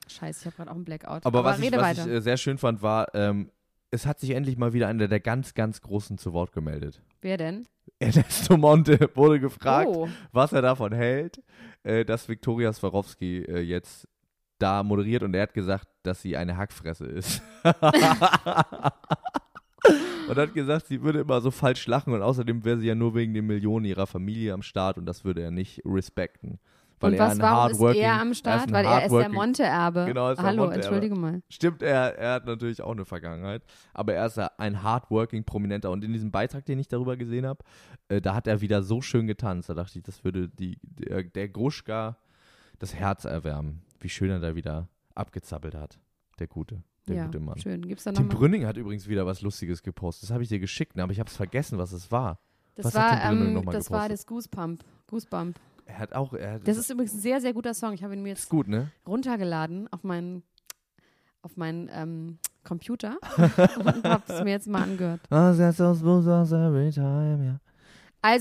Speaker 1: Scheiße, ich habe gerade auch einen Blackout.
Speaker 4: aber, was ich,
Speaker 1: rede
Speaker 4: was
Speaker 1: weiter.
Speaker 4: ich äh, sehr schön fand war ähm, es hat sich endlich mal wieder einer der ganz ganz großen zu Wort gemeldet [laughs]
Speaker 1: Wer denn?
Speaker 4: Ernesto Monte wurde gefragt
Speaker 1: Oh,
Speaker 4: was er davon hält, äh, dass Viktoria Swarovski äh, jetzt da moderiert und er hat gesagt, dass sie eine Hackfresse ist. [laughs] und hat gesagt, sie würde immer so falsch lachen und außerdem wäre sie ja nur wegen den Millionen ihrer Familie am Start und das würde er nicht respekten. Weil
Speaker 1: und
Speaker 4: er
Speaker 1: was,
Speaker 4: ein
Speaker 1: warum ist
Speaker 4: hardworking-
Speaker 1: er am
Speaker 4: ist
Speaker 1: Start?
Speaker 4: ein
Speaker 1: Weil er ist der
Speaker 4: hardworking-
Speaker 1: Monte-Erbe.
Speaker 4: Genau, er ist der
Speaker 1: Hallo,
Speaker 4: Monte-Erbe.
Speaker 1: entschuldige mal.
Speaker 4: Stimmt, er, er hat natürlich auch eine Vergangenheit, aber er ist ja ein hardworking Prominenter. Und in diesem Beitrag, den ich darüber gesehen habe, äh, da hat er wieder so schön getanzt. Da dachte ich, das würde die, der, der Gruschka das Herz erwärmen. Wie schön er da wieder abgezappelt hat. Der gute, der
Speaker 1: ja,
Speaker 4: gute Mann.
Speaker 1: schön. Gibt's da
Speaker 4: Tim
Speaker 1: nochmal?
Speaker 4: Brünning hat übrigens wieder was Lustiges gepostet. Das habe ich dir geschickt, ne, aber ich habe es vergessen, was es war.
Speaker 1: Das
Speaker 4: was hat
Speaker 1: war,
Speaker 4: Tim Brünning
Speaker 1: ähm,
Speaker 4: nochmal
Speaker 1: das war
Speaker 4: gepostet?
Speaker 1: das Goosebump. Goosebump.
Speaker 4: Er hat auch, er hat,
Speaker 1: Das ist übrigens ein sehr, sehr guter Song. Ich habe ihn mir jetzt
Speaker 4: ist gut, ne?
Speaker 1: runtergeladen auf meinen auf meinen ähm,
Speaker 4: [laughs]
Speaker 1: Computer und habe es mir jetzt mal angehört. Also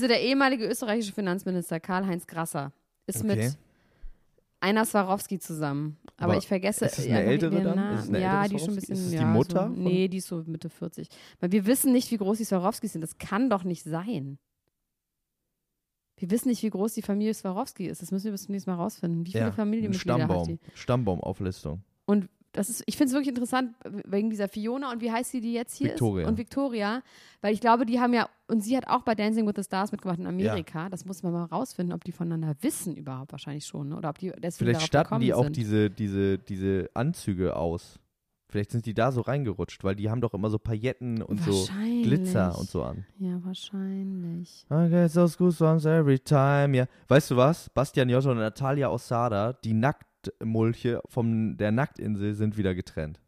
Speaker 1: der ehemalige österreichische Finanzminister Karl-Heinz Grasser ist
Speaker 4: Okay.
Speaker 1: mit Einer Swarowski zusammen. Aber,
Speaker 4: Aber
Speaker 1: ich vergesse.
Speaker 4: ist das eine
Speaker 1: einfach
Speaker 4: ältere
Speaker 1: ihren
Speaker 4: dann?
Speaker 1: Namen.
Speaker 4: Ist es eine
Speaker 1: ja,
Speaker 4: ältere
Speaker 1: die ist schon ein
Speaker 4: Swarovski?
Speaker 1: bisschen.
Speaker 4: Ist es die
Speaker 1: ja,
Speaker 4: Mutter
Speaker 1: So,
Speaker 4: von-
Speaker 1: nee, die ist so Mitte 40. Weil wir wissen nicht, wie groß die Swarowskis sind. Das kann doch nicht sein. Wir wissen nicht, wie groß die Familie Swarowski ist. Das müssen wir bis zum nächsten Mal rausfinden. Wie viele
Speaker 4: Ja, ein
Speaker 1: Familienmitglieder hat die?
Speaker 4: Stammbaum. Stammbaumauflistung.
Speaker 1: Und das ist, ich finde es wirklich interessant, wegen dieser Fiona und wie heißt sie die jetzt hier?
Speaker 4: Victoria.
Speaker 1: Ist? Und Victoria. Weil ich glaube, die haben ja, und sie hat auch bei Dancing with the Stars mitgemacht in Amerika. Das muss man mal rausfinden, ob die voneinander wissen überhaupt wahrscheinlich schon. ne? Oder ob die deswegen
Speaker 4: Vielleicht
Speaker 1: darauf
Speaker 4: statten
Speaker 1: gekommen
Speaker 4: die auch
Speaker 1: sind.
Speaker 4: diese, diese, diese Anzüge aus. Vielleicht sind die da so reingerutscht, weil die haben doch immer so Pailletten und so
Speaker 1: Wahrscheinlich.
Speaker 4: Glitzer und so an.
Speaker 1: Ja, wahrscheinlich.
Speaker 4: I get those goosebumps every time, yeah. Weißt du was? Bastian Joscha und Natalia Osada, die Nacktmulche von der Nacktinsel, sind wieder getrennt.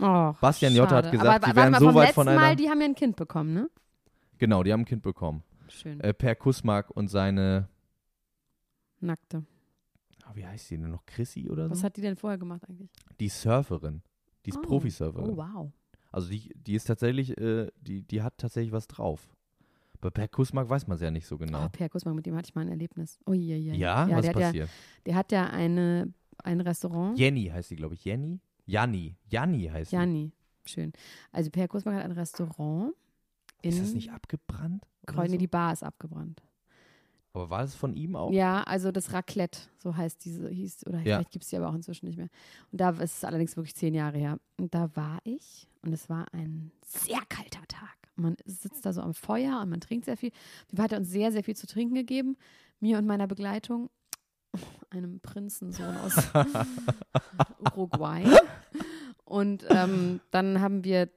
Speaker 1: Och,
Speaker 4: Bastian Jotta hat
Speaker 1: schade.
Speaker 4: gesagt,
Speaker 1: Aber,
Speaker 4: sie
Speaker 1: wa-
Speaker 4: wären
Speaker 1: warte
Speaker 4: so
Speaker 1: mal, vom
Speaker 4: weit von
Speaker 1: letzten
Speaker 4: einer-
Speaker 1: Mal, die haben ja ein Kind bekommen, ne?
Speaker 4: Genau, die haben ein Kind bekommen.
Speaker 1: Schön.
Speaker 4: Äh, per Kussmark und seine,
Speaker 1: Nackte.
Speaker 4: Ah, wie heißt sie denn noch? Chrissy oder
Speaker 1: Was
Speaker 4: so?
Speaker 1: hat die denn vorher gemacht eigentlich?
Speaker 4: Die ist Surferin. Die ist
Speaker 1: Oh.
Speaker 4: Profisurferin.
Speaker 1: Oh, wow.
Speaker 4: Also die, die ist tatsächlich, äh, die, die hat tatsächlich was drauf. Bei Per Kussmark weiß man es ja nicht so genau.
Speaker 1: Oh, Per Kussmann, mit dem hatte ich mal ein Erlebnis. Oh, je, je.
Speaker 4: ja?
Speaker 1: ja
Speaker 4: was
Speaker 1: der, hat ja,
Speaker 4: passiert?
Speaker 1: der hat ja eine, ein Restaurant.
Speaker 4: Jenny heißt sie, glaube ich. Jenny? Janni. Janni heißt sie.
Speaker 1: Jani, schön. Also Per Kussmann hat ein Restaurant in
Speaker 4: Ist das nicht abgebrannt? oder
Speaker 1: Kreuz- nee,
Speaker 4: so?
Speaker 1: Mhm. die Bar ist abgebrannt.
Speaker 4: Aber war das von ihm auch?
Speaker 1: Ja, also das Raclette, so heißt diese, hieß, oder
Speaker 4: Ja.
Speaker 1: vielleicht gibt es die aber auch inzwischen nicht mehr. Und da ist es allerdings wirklich zehn Jahre her. Und da war ich und es war ein sehr kalter Tag. Man sitzt da so am Feuer und man trinkt sehr viel. Die hat uns sehr, sehr viel zu trinken gegeben, mir und meiner Begleitung, [laughs] einem Prinzensohn
Speaker 4: [laughs]
Speaker 1: aus Uruguay. Und ähm, dann haben wir,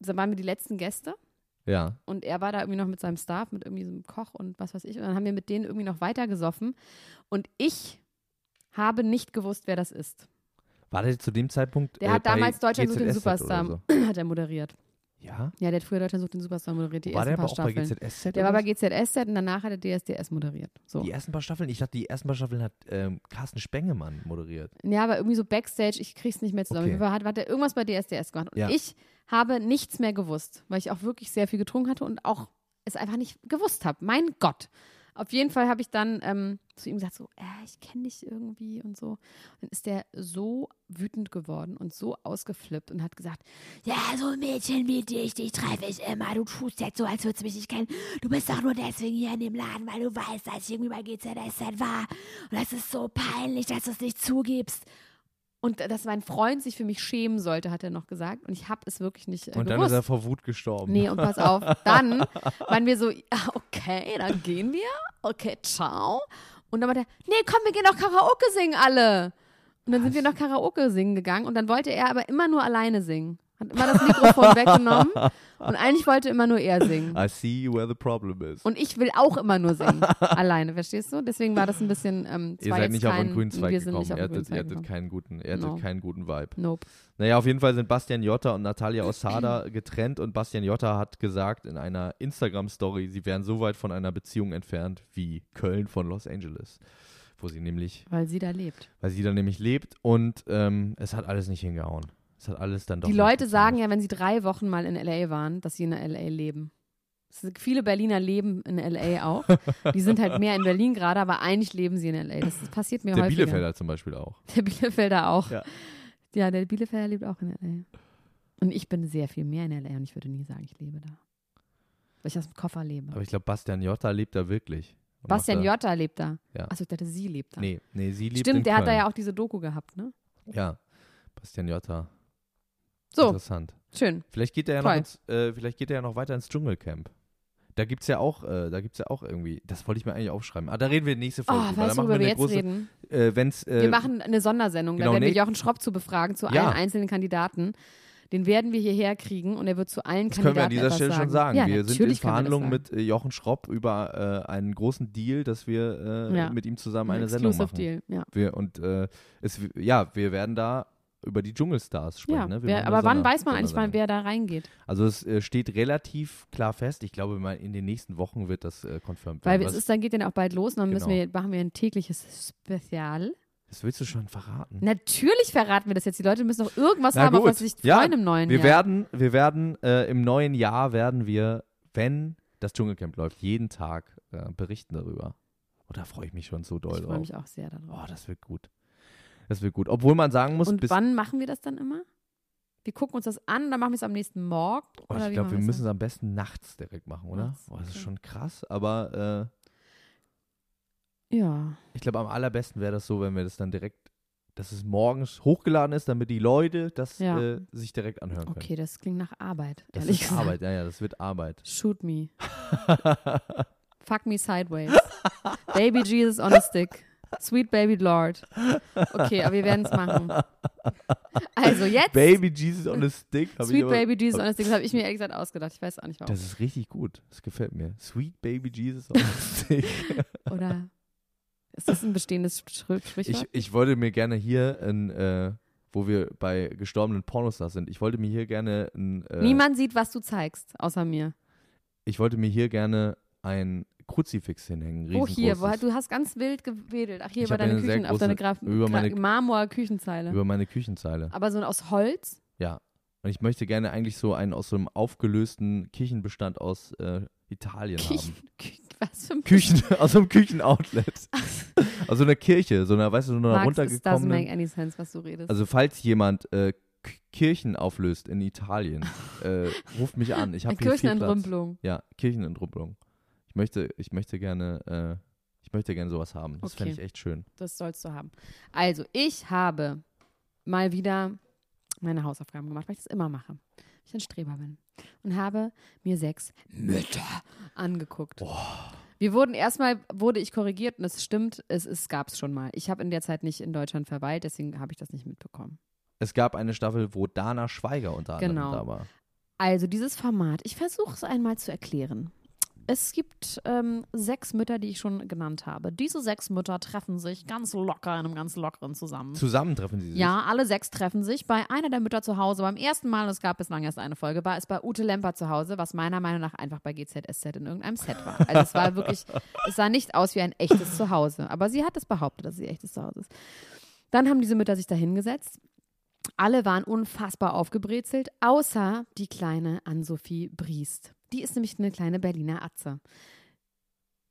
Speaker 1: dann waren wir die letzten Gäste
Speaker 4: Ja.
Speaker 1: und er war da irgendwie noch mit seinem Staff, mit irgendwie so einem Koch und was weiß ich. Und dann haben wir mit denen irgendwie noch weitergesoffen. Und ich habe nicht gewusst, wer das ist. [clears throat]
Speaker 4: War der zu dem Zeitpunkt
Speaker 1: Der
Speaker 4: äh,
Speaker 1: hat
Speaker 4: bei
Speaker 1: damals Deutschland sucht den
Speaker 4: GZSZ oder
Speaker 1: Superstar
Speaker 4: So.
Speaker 1: hat er moderiert.
Speaker 4: Ja?
Speaker 1: Ja, der hat früher Deutschland sucht den Superstar moderiert, die
Speaker 4: war der
Speaker 1: ersten
Speaker 4: aber
Speaker 1: paar
Speaker 4: auch bei
Speaker 1: Staffeln.
Speaker 4: GZSZ?
Speaker 1: Der war
Speaker 4: oder
Speaker 1: bei GZSZ und danach hat er DSDS moderiert.
Speaker 4: so?
Speaker 1: So.
Speaker 4: Die ersten paar Staffeln? Ich dachte, die ersten paar Staffeln hat ähm, Carsten Spengemann moderiert.
Speaker 1: Ja, aber irgendwie so Backstage, ich krieg's nicht mehr zusammen.
Speaker 4: Okay.
Speaker 1: Auf jeden Fall Hat, hat er irgendwas bei DSDS gemacht. Und
Speaker 4: Ja.
Speaker 1: ich habe nichts mehr gewusst, weil ich auch wirklich sehr viel getrunken hatte und auch es einfach nicht gewusst habe. Mein Gott. Auf jeden Fall habe ich dann ähm, zu ihm gesagt, so, äh, ich kenne dich irgendwie und so. Dann ist der so wütend geworden und so ausgeflippt und hat gesagt, ja, so ein Mädchen wie dich, dich treffe ich immer. Du tust jetzt so, als würdest du mich nicht kennen. Du bist doch nur deswegen hier in dem Laden, weil du weißt, dass ich irgendwie bei GZSZ war. Und das ist so peinlich, dass du es nicht zugibst. Und äh, dass mein Freund sich für mich schämen sollte, hat er noch gesagt. Und ich habe es wirklich nicht äh,
Speaker 4: Und dann
Speaker 1: gewusst.
Speaker 4: ist er vor Wut gestorben.
Speaker 1: Nee, und pass auf, dann waren wir so, ah, okay, dann gehen wir. Okay, ciao. Und dann war der, nee, komm, wir gehen noch Karaoke singen alle. Und dann sind wir noch Karaoke singen gegangen und dann wollte er aber immer nur alleine singen. Hat immer das Mikrofon weggenommen und eigentlich wollte immer nur er singen.
Speaker 4: I see where the problem is.
Speaker 1: Und ich will auch immer nur singen, alleine, verstehst du? Deswegen war das ein bisschen, ähm,
Speaker 4: Ihr
Speaker 1: war
Speaker 4: seid
Speaker 1: jetzt
Speaker 4: nicht auf
Speaker 1: kein,
Speaker 4: einen grünen Zweig
Speaker 1: wir sind
Speaker 4: gekommen.
Speaker 1: nicht auf
Speaker 4: ihr
Speaker 1: einen grünen
Speaker 4: hattet, ihr
Speaker 1: Zweig
Speaker 4: hattet
Speaker 1: gekommen.
Speaker 4: keinen guten, ihr hattet
Speaker 1: No.
Speaker 4: keinen guten Vibe.
Speaker 1: Nope.
Speaker 4: Naja, auf jeden Fall sind Bastian Jotta
Speaker 1: [clears throat]
Speaker 4: und Natalia Osada getrennt und Bastian Jotta hat gesagt in einer Instagram-Story, sie wären so weit von einer Beziehung entfernt wie Köln von Los Angeles, wo sie nämlich,
Speaker 1: Weil sie da lebt.
Speaker 4: weil sie da nämlich lebt und ähm, es hat alles nicht hingehauen. Es hat alles dann doch
Speaker 1: Die
Speaker 4: nicht
Speaker 1: Leute sagen ja,
Speaker 4: funktioniert.
Speaker 1: wenn sie drei Wochen mal in LA waren, dass sie in LA leben. Es sind viele Berliner leben in LA
Speaker 4: [laughs]
Speaker 1: auch. Die sind halt mehr in Berlin gerade, aber eigentlich leben sie in LA. Das passiert mir
Speaker 4: Der
Speaker 1: häufiger.
Speaker 4: Bielefelder zum Beispiel auch.
Speaker 1: [laughs] Der Bielefelder auch. Ja.
Speaker 4: Ja.
Speaker 1: der Bielefelder lebt auch in LA. Und ich bin sehr viel mehr in LA und ich würde nie sagen, ich lebe da. Weil ich aus dem Koffer lebe.
Speaker 4: Aber ich glaube, Bastian Jotta lebt da wirklich. Und macht
Speaker 1: Bastian
Speaker 4: da-
Speaker 1: Jotta lebt da.
Speaker 4: Ja.
Speaker 1: Achso, ich dachte, sie lebt da.
Speaker 4: Nee, nee, sie lebt in
Speaker 1: Stimmt, der
Speaker 4: Köln.
Speaker 1: hat da ja auch diese Doku gehabt, ne?
Speaker 4: Ja, Bastian Jotta.
Speaker 1: So,
Speaker 4: Interessant.
Speaker 1: schön.
Speaker 4: Vielleicht geht er ja
Speaker 1: Toll.
Speaker 4: noch ins, äh, vielleicht geht er ja noch weiter ins Dschungelcamp. Da gibt's ja auch, äh, da gibt's ja auch irgendwie, das wollte ich mir eigentlich aufschreiben. Ah, da reden wir nächste
Speaker 1: Oh,
Speaker 4: Folge. drüber. da
Speaker 1: weißt du,
Speaker 4: machen
Speaker 1: worüber wir
Speaker 4: eine
Speaker 1: jetzt
Speaker 4: große,
Speaker 1: reden?
Speaker 4: Äh, wenn's, äh,
Speaker 1: Wir machen eine Sondersendung, da
Speaker 4: genau,
Speaker 1: werden wir
Speaker 4: nee.
Speaker 1: Jochen Schropp zu befragen, zu
Speaker 4: Ja.
Speaker 1: allen einzelnen Kandidaten. Den werden wir hierher kriegen und er wird zu allen
Speaker 4: das können wir an
Speaker 1: Kandidaten
Speaker 4: dieser
Speaker 1: etwas
Speaker 4: Stelle
Speaker 1: sagen.
Speaker 4: schon sagen.
Speaker 1: Ja,
Speaker 4: wir
Speaker 1: natürlich
Speaker 4: sind in
Speaker 1: können wir das
Speaker 4: Verhandlungen
Speaker 1: sagen.
Speaker 4: mit äh, Jochen Schropp über äh, einen großen Deal, dass wir äh,
Speaker 1: Ja.
Speaker 4: mit ihm zusammen
Speaker 1: Ein
Speaker 4: eine Sendung
Speaker 1: Exclusive
Speaker 4: machen.
Speaker 1: Deal. Ja,
Speaker 4: Wir, und äh, es, ja, wir werden da über die Dschungelstars sprechen.
Speaker 1: ja.
Speaker 4: ne? Wir
Speaker 1: wer,
Speaker 4: machen
Speaker 1: aber
Speaker 4: eine
Speaker 1: wann
Speaker 4: Sonder-
Speaker 1: weiß man eigentlich mal,
Speaker 4: Sondersendung.
Speaker 1: wer da reingeht?
Speaker 4: Also es äh, steht relativ klar fest. Ich glaube, mal in den nächsten Wochen wird das äh, confirmed
Speaker 1: Weil
Speaker 4: werden.
Speaker 1: es
Speaker 4: Was-
Speaker 1: ist, dann geht dann auch bald los und dann müssen
Speaker 4: Genau.
Speaker 1: wir, machen wir ein tägliches Spezial.
Speaker 4: Das willst du schon verraten.
Speaker 1: Natürlich verraten wir das jetzt. Die Leute müssen doch irgendwas
Speaker 4: Na
Speaker 1: haben, auf
Speaker 4: gut.
Speaker 1: was sie sich
Speaker 4: Ja,
Speaker 1: freuen im neuen
Speaker 4: wir
Speaker 1: Jahr.
Speaker 4: Werden, wir werden, äh, im neuen Jahr werden wir, wenn das Dschungelcamp läuft, jeden Tag äh, berichten darüber. Und da freue ich mich schon so doll
Speaker 1: ich freue
Speaker 4: drauf.
Speaker 1: mich auch sehr darauf.
Speaker 4: Oh, das wird gut. Das wird gut. Obwohl man sagen muss,
Speaker 1: Und
Speaker 4: bis,
Speaker 1: wann machen wir das dann immer? Wir gucken uns das an, dann machen wir es am nächsten Morgen.
Speaker 4: oh,
Speaker 1: oder
Speaker 4: ich
Speaker 1: wie
Speaker 4: glaube, wir
Speaker 1: machen
Speaker 4: müssen
Speaker 1: das?
Speaker 4: es am besten nachts direkt machen, oder?
Speaker 1: Nachts,
Speaker 4: Oh, das ist
Speaker 1: okay.
Speaker 4: schon krass, aber äh,
Speaker 1: Ja.
Speaker 4: ich glaube, am allerbesten wäre das so, wenn wir das dann direkt, dass es morgens hochgeladen ist, damit die Leute das
Speaker 1: Ja.
Speaker 4: äh, sich direkt anhören können.
Speaker 1: Okay, das klingt nach Arbeit.
Speaker 4: Das
Speaker 1: ehrlich
Speaker 4: ist
Speaker 1: gesagt.
Speaker 4: Arbeit, ja, ja, das
Speaker 1: [laughs]
Speaker 4: wird Arbeit.
Speaker 1: Shoot me. Fuck me sideways. baby Jesus on a stick. Sweet baby Lord. Okay, aber wir werden es machen. Also jetzt.
Speaker 4: Baby Jesus on a Stick. hab ich
Speaker 1: Sweet
Speaker 4: aber-
Speaker 1: Baby Jesus
Speaker 4: hab-
Speaker 1: on a stick. Das habe ich mir ehrlich gesagt ausgedacht. Ich weiß auch nicht warum.
Speaker 4: Das ist richtig gut. Das gefällt mir. Sweet Baby
Speaker 1: [laughs]
Speaker 4: Jesus on a Stick.
Speaker 1: Oder ist das ein bestehendes Schrö- Sprichwort?
Speaker 4: ich, ich wollte mir gerne hier ein, äh, wo wir bei gestorbenen Pornostars sind, ich wollte mir hier gerne ein, äh,
Speaker 1: Niemand sieht, was du zeigst, außer mir.
Speaker 4: ich wollte mir hier gerne ein Kruzifix hinhängen.
Speaker 1: Oh, hier, wo,
Speaker 4: riesengroßes.
Speaker 1: du hast ganz wild gewedelt. Ach, hier
Speaker 4: Ich
Speaker 1: über
Speaker 4: hab
Speaker 1: deine
Speaker 4: eine sehr
Speaker 1: Küchen, auf deine Graf
Speaker 4: große- über
Speaker 1: Gra-
Speaker 4: meine-
Speaker 1: Marmor-Küchenzeile.
Speaker 4: Über meine Küchenzeile.
Speaker 1: Aber so ein aus Holz?
Speaker 4: Ja. Und ich möchte gerne eigentlich so einen aus so einem aufgelösten Kirchenbestand aus äh, Italien
Speaker 1: Küchen,
Speaker 4: haben.
Speaker 1: Küchen, [laughs] was für ein
Speaker 4: Küchen, [laughs] aus so einem Küchenoutlet. aus so einer Kirche, so einer, weißt du, so einer
Speaker 1: Max, it doesn't
Speaker 4: runtergekommenen.
Speaker 1: make any sense, was du redest.
Speaker 4: Also falls jemand äh, K- Kirchen auflöst
Speaker 1: [laughs]
Speaker 4: in Italien, äh, ruft mich an. Ich habe hier viel Platz.
Speaker 1: Kirchenentrümpelung.
Speaker 4: Ja, Kirchenentrümpelung. Ich möchte, ich möchte gerne, äh, ich möchte gerne sowas haben. Das fände
Speaker 1: Okay.
Speaker 4: ich echt schön.
Speaker 1: Das sollst du haben. Also, ich habe mal wieder meine Hausaufgaben gemacht, weil ich das immer mache. Weil Ich ein Streber bin. Und habe mir sechs Mütter angeguckt. Wir wurden erstmal, wurde ich korrigiert und es stimmt, es, es gab es schon mal. Ich habe in der Zeit nicht in Deutschland verweilt, deswegen habe ich das nicht mitbekommen.
Speaker 4: Es gab eine Staffel, wo Dana Schweiger unter anderem
Speaker 1: Genau.
Speaker 4: da war.
Speaker 1: Also dieses Format, ich versuche es einmal zu erklären. Es gibt ähm, sechs Mütter, die ich schon genannt habe. Diese sechs Mütter treffen sich ganz locker in einem ganz lockeren zusammen.
Speaker 4: Zusammentreffen sie sich.
Speaker 1: ja, alle sechs treffen sich bei einer der Mütter zu Hause. Beim ersten Mal, und es gab bislang erst eine Folge, war es bei Ute Lemper zu Hause, was meiner Meinung nach einfach bei GZSZ in irgendeinem Set war. Also es war
Speaker 4: [laughs]
Speaker 1: wirklich, es sah nicht aus wie ein echtes Zuhause. Aber sie hat es behauptet, dass es ihr echtes Zuhause ist. Dann haben diese Mütter sich dahingesetzt alle waren unfassbar aufgebrezelt, außer die kleine Ann-Sophie Briest. Die ist nämlich eine kleine Berliner Atze,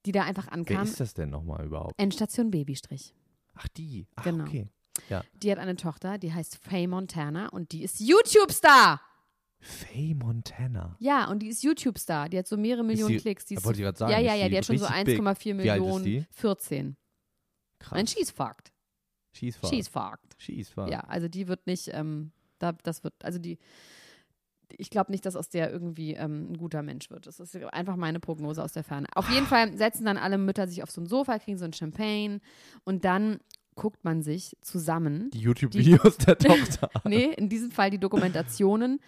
Speaker 1: die da einfach
Speaker 4: Wer
Speaker 1: ankam.
Speaker 4: ist das denn nochmal überhaupt?
Speaker 1: Endstation Babystrich.
Speaker 4: Ach, die. Ach,
Speaker 1: Genau.
Speaker 4: okay.
Speaker 1: Die hat eine Tochter, die heißt Faye Montana und die ist YouTube-Star.
Speaker 4: Faye Montana.
Speaker 1: Ja, und die ist YouTube-Star. Die hat so mehrere Millionen
Speaker 4: die-
Speaker 1: Klicks. Die
Speaker 4: Da
Speaker 1: ist,
Speaker 4: wollte ich gerade sagen,
Speaker 1: ja,
Speaker 4: ist
Speaker 1: ja, ja,
Speaker 4: die
Speaker 1: die hat schon so
Speaker 4: richtig big?
Speaker 1: 1,4
Speaker 4: Wie alt ist die?
Speaker 1: Millionen. 14.
Speaker 4: Krass.
Speaker 1: And she's fucked.
Speaker 4: She's fucked.
Speaker 1: She's fucked.
Speaker 4: She's fucked.
Speaker 1: Ja, also die wird nicht, ähm, da, das wird, also die, ich glaube nicht, dass aus der irgendwie ähm, ein guter Mensch wird. Das ist einfach meine Prognose aus der Ferne. Auf jeden Fall setzen dann alle Mütter sich auf so ein Sofa, kriegen so ein Champagne und dann guckt man sich zusammen,
Speaker 4: Die
Speaker 1: [laughs]
Speaker 4: YouTube-Videos der Tochter.
Speaker 1: nee, in diesem Fall die Dokumentationen,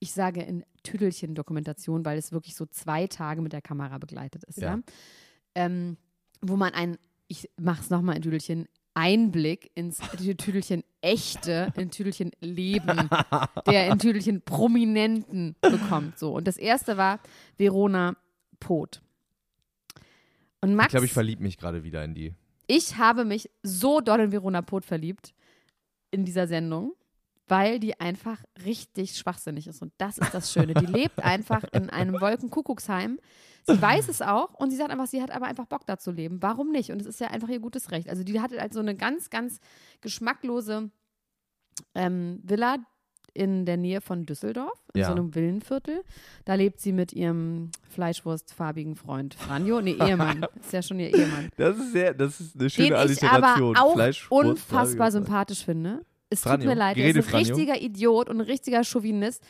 Speaker 1: ich sage in Tüdelchen-Dokumentation, weil es wirklich so zwei Tage mit der Kamera begleitet ist, ja.
Speaker 4: Ja.
Speaker 1: Ähm, wo man einen, ich mach's nochmal in Tüdelchen, Einblick
Speaker 4: [laughs]
Speaker 1: ins Tüdelchen echte, in Tüdelchen
Speaker 4: [laughs]
Speaker 1: Leben der in Tüdelchen Prominenten bekommt. So. Und das erste war Verona Poth. Und Max,
Speaker 4: Ich glaube, ich verliebe mich gerade wieder in die.
Speaker 1: ich habe mich so doll in Verona Poth verliebt in dieser Sendung, weil die einfach richtig schwachsinnig ist. Und das ist das Schöne. Die lebt einfach in einem Wolkenkuckucksheim. Sie weiß es auch und sie sagt einfach, sie hat aber einfach Bock da zu leben. Warum nicht? Und es ist ja einfach ihr gutes Recht. Also die hatte halt so eine ganz, ganz geschmacklose ähm, Villa in der Nähe von Düsseldorf, in
Speaker 4: Ja.
Speaker 1: so einem Villenviertel. Da lebt sie mit ihrem fleischwurstfarbigen Freund Franjo. Nee, Ehemann. ist ja schon ihr Ehemann
Speaker 4: Das ist sehr, das ist eine
Speaker 1: den ich aber auch unfassbar
Speaker 4: sympathisch.
Speaker 1: sympathisch finde. Es tut
Speaker 4: Franjo.
Speaker 1: mir leid, er ist
Speaker 4: Gerede
Speaker 1: ein
Speaker 4: Franjo.
Speaker 1: richtiger Idiot und ein richtiger Chauvinist.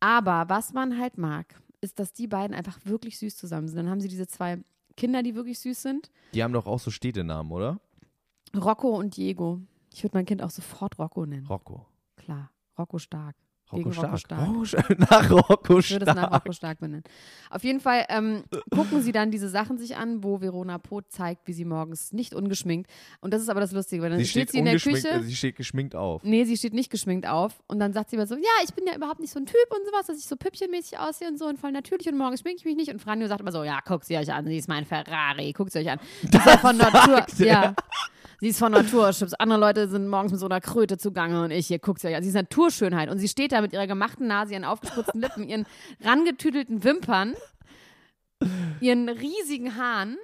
Speaker 1: Aber was man halt mag, ist, dass die beiden einfach wirklich süß zusammen sind. Dann haben sie diese zwei Kinder, die wirklich süß sind.
Speaker 4: Die haben doch auch so Städtenamen, oder?
Speaker 1: Rocco und Diego. Ich würde mein Kind auch sofort Rocco nennen.
Speaker 4: Rocco.
Speaker 1: Klar, Rocco stark.
Speaker 4: Rocco
Speaker 1: Gegen
Speaker 4: Stark.
Speaker 1: Rocco Stark.
Speaker 4: Rocco Stark. [laughs] Nach Rocco
Speaker 1: Ich würde es nach
Speaker 4: Stark.
Speaker 1: Rocco Stark benennen. Auf jeden Fall ähm, gucken sie dann diese Sachen sich an, wo Verona Poth zeigt, wie sie morgens nicht ungeschminkt. Und das ist aber das Lustige, weil dann
Speaker 4: Sie
Speaker 1: steht
Speaker 4: steht,
Speaker 1: sie in der
Speaker 4: ungeschminkt,
Speaker 1: Küche.
Speaker 4: äh, sie steht geschminkt auf.
Speaker 1: Nee, sie steht nicht geschminkt auf. Und dann sagt sie immer so, ja, ich bin ja überhaupt nicht so ein Typ und sowas, dass ich so püppchenmäßig aussehe und so und voll natürlich und morgen schminke ich mich nicht. Und Franjo [laughs] sagt immer so, ja, guckt sie euch an, sie ist mein Ferrari, guckt sie euch an. Das ist ja von halt Natur.
Speaker 4: er.
Speaker 1: Ja. Sie ist von Natur, Chips. Andere Leute sind morgens mit so einer Kröte zugange und ich hier guckt euch an. Sie ist Naturschönheit und sie steht da mit ihrer gemachten Nase, ihren aufgespritzten Lippen, ihren rangetüdelten Wimpern, ihren riesigen Haaren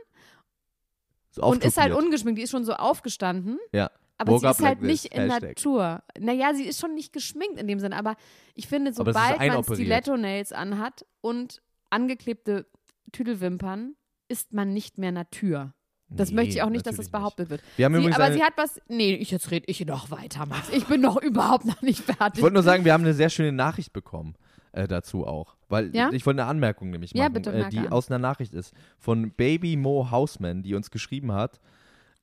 Speaker 4: So
Speaker 1: und ist halt
Speaker 4: auftopiert.
Speaker 1: ungeschminkt. Die ist schon so aufgestanden.
Speaker 4: Ja.
Speaker 1: Aber
Speaker 4: Woke
Speaker 1: sie
Speaker 4: up
Speaker 1: ist halt
Speaker 4: like this.
Speaker 1: nicht in
Speaker 4: Hashtag.
Speaker 1: Natur. Naja, sie ist schon nicht geschminkt in dem Sinn, aber ich finde,
Speaker 4: Aber es ist
Speaker 1: sobald man
Speaker 4: einoperiert.
Speaker 1: Stiletto-Nails anhat und angeklebte Tüdelwimpern, ist man nicht mehr Natur. Das
Speaker 4: Nee,
Speaker 1: möchte ich auch nicht, dass das
Speaker 4: natürlich
Speaker 1: behauptet wird.
Speaker 4: nicht. Wir haben
Speaker 1: Sie,
Speaker 4: übrigens
Speaker 1: aber
Speaker 4: eine,
Speaker 1: sie hat was. Nee, ich, jetzt rede ich noch weiter, Max. Ich bin noch [laughs] überhaupt noch nicht fertig.
Speaker 4: ich wollte nur sagen, wir haben eine sehr schöne Nachricht bekommen äh, dazu auch. Weil
Speaker 1: Ja?
Speaker 4: ich wollte eine Anmerkung nämlich machen,
Speaker 1: Ja, bitte,
Speaker 4: äh,
Speaker 1: merke
Speaker 4: die
Speaker 1: an.
Speaker 4: aus einer Nachricht ist. Von Baby Mo Houseman, die uns geschrieben hat,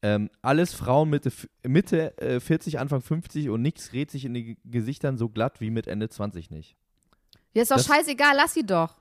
Speaker 4: ähm, alles Frauen Mitte, f- Mitte äh, 40, Anfang 50 und nichts rät sich in den Ge- Gesichtern so glatt wie mit Ende 20 nicht.
Speaker 1: ja, ist doch
Speaker 4: das-
Speaker 1: scheißegal, lass sie doch.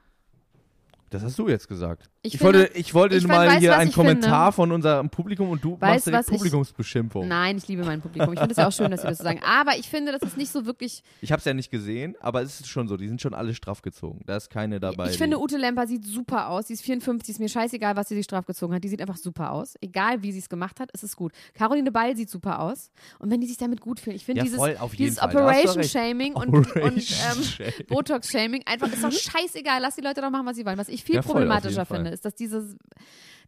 Speaker 4: Das hast du jetzt gesagt.
Speaker 1: Ich
Speaker 4: Ich,
Speaker 1: finde-
Speaker 4: wollte, ich wollte
Speaker 1: ich find-
Speaker 4: mal
Speaker 1: weißt,
Speaker 4: hier
Speaker 1: was
Speaker 4: einen
Speaker 1: ich finde?
Speaker 4: Kommentar von unserem Publikum und du
Speaker 1: Weißt,
Speaker 4: machst direkt
Speaker 1: was ich-
Speaker 4: Publikumsbeschimpfung.
Speaker 1: Nein, ich liebe mein Publikum. Ich finde es ja auch schön, dass sie das so sagen. Aber ich finde, das ist nicht so wirklich.
Speaker 4: Ich habe es ja nicht gesehen, aber es ist schon so. Die sind schon alle straff gezogen. Da ist keine dabei.
Speaker 1: Ich finde,
Speaker 4: die-
Speaker 1: Ute Lemper sieht super aus. Sie ist 54, ist mir scheißegal, was sie sich strafgezogen hat. Die sieht einfach super aus. Egal, wie sie es gemacht hat, es ist gut. Caroline Beil sieht super aus. Und wenn die sich damit gut fühlt, ich finde
Speaker 4: Ja,
Speaker 1: dieses,
Speaker 4: voll, auf jeden
Speaker 1: dieses
Speaker 4: Fall. Da hast du
Speaker 1: Operation-Shaming und,
Speaker 4: Operation
Speaker 1: und ähm,
Speaker 4: Shaming. Mhm.
Speaker 1: Botox-Shaming einfach ist doch scheißegal. Lass die Leute doch machen, was sie wollen. Was ich viel
Speaker 4: Ja, voll, auf
Speaker 1: problematischer
Speaker 4: jeden Fall.
Speaker 1: finde, ist, dass dieses,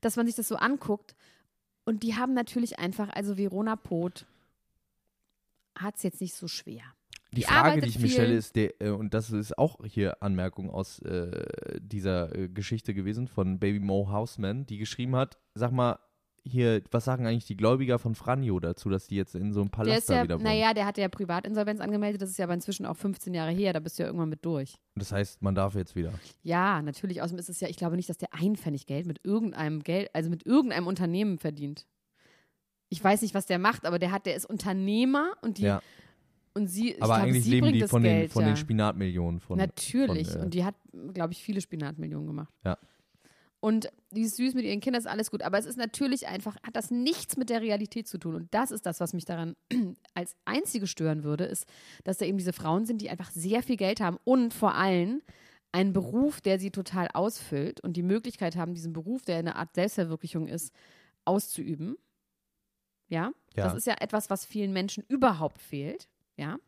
Speaker 1: dass man sich das so anguckt und die haben natürlich einfach, also Verona Poth hat es jetzt nicht so schwer.
Speaker 4: die
Speaker 1: die
Speaker 4: Frage,
Speaker 1: arbeitet
Speaker 4: die ich mir
Speaker 1: viel.
Speaker 4: stelle, ist, der, äh, und das ist auch hier Anmerkung aus äh, dieser äh, Geschichte gewesen von Baby Mo Houseman, die geschrieben hat, sag mal, hier, was sagen eigentlich die Gläubiger von Franjo dazu, dass die jetzt in so einem
Speaker 1: Der
Speaker 4: Palast
Speaker 1: ist ja,
Speaker 4: da wieder wohnen?
Speaker 1: naja, der hatte ja Privatinsolvenz angemeldet, das ist ja aber inzwischen auch 15 Jahre her, da bist du ja irgendwann mit durch.
Speaker 4: Das heißt, man darf jetzt wieder.
Speaker 1: Ja, natürlich. Außerdem ist es ja, ich glaube nicht, dass der ein Pfennig Geld mit irgendeinem Geld, also mit irgendeinem Unternehmen verdient. Ich weiß nicht, was der macht, aber der hat, der ist Unternehmer und die
Speaker 4: ja.
Speaker 1: und sie, ich
Speaker 4: Aber
Speaker 1: glaube,
Speaker 4: eigentlich
Speaker 1: sie
Speaker 4: leben
Speaker 1: bringt
Speaker 4: die
Speaker 1: das
Speaker 4: von,
Speaker 1: Geld,
Speaker 4: den, von
Speaker 1: ja.
Speaker 4: den Spinatmillionen von.
Speaker 1: Natürlich.
Speaker 4: von, äh,
Speaker 1: und die hat, glaube ich, viele Spinatmillionen gemacht.
Speaker 4: Ja.
Speaker 1: Und die ist süß mit ihren Kindern, ist alles gut. Aber es ist natürlich einfach, hat das nichts mit der Realität zu tun. Und das ist das, was mich daran [clears throat] als Einzige stören würde, ist, dass da eben diese Frauen sind, die einfach sehr viel Geld haben und vor allem einen Beruf, der sie total ausfüllt und die Möglichkeit haben, diesen Beruf, der eine Art Selbstverwirklichung ist, auszuüben. Ja?
Speaker 4: Ja.
Speaker 1: Das ist ja etwas, was vielen Menschen überhaupt fehlt. Ja.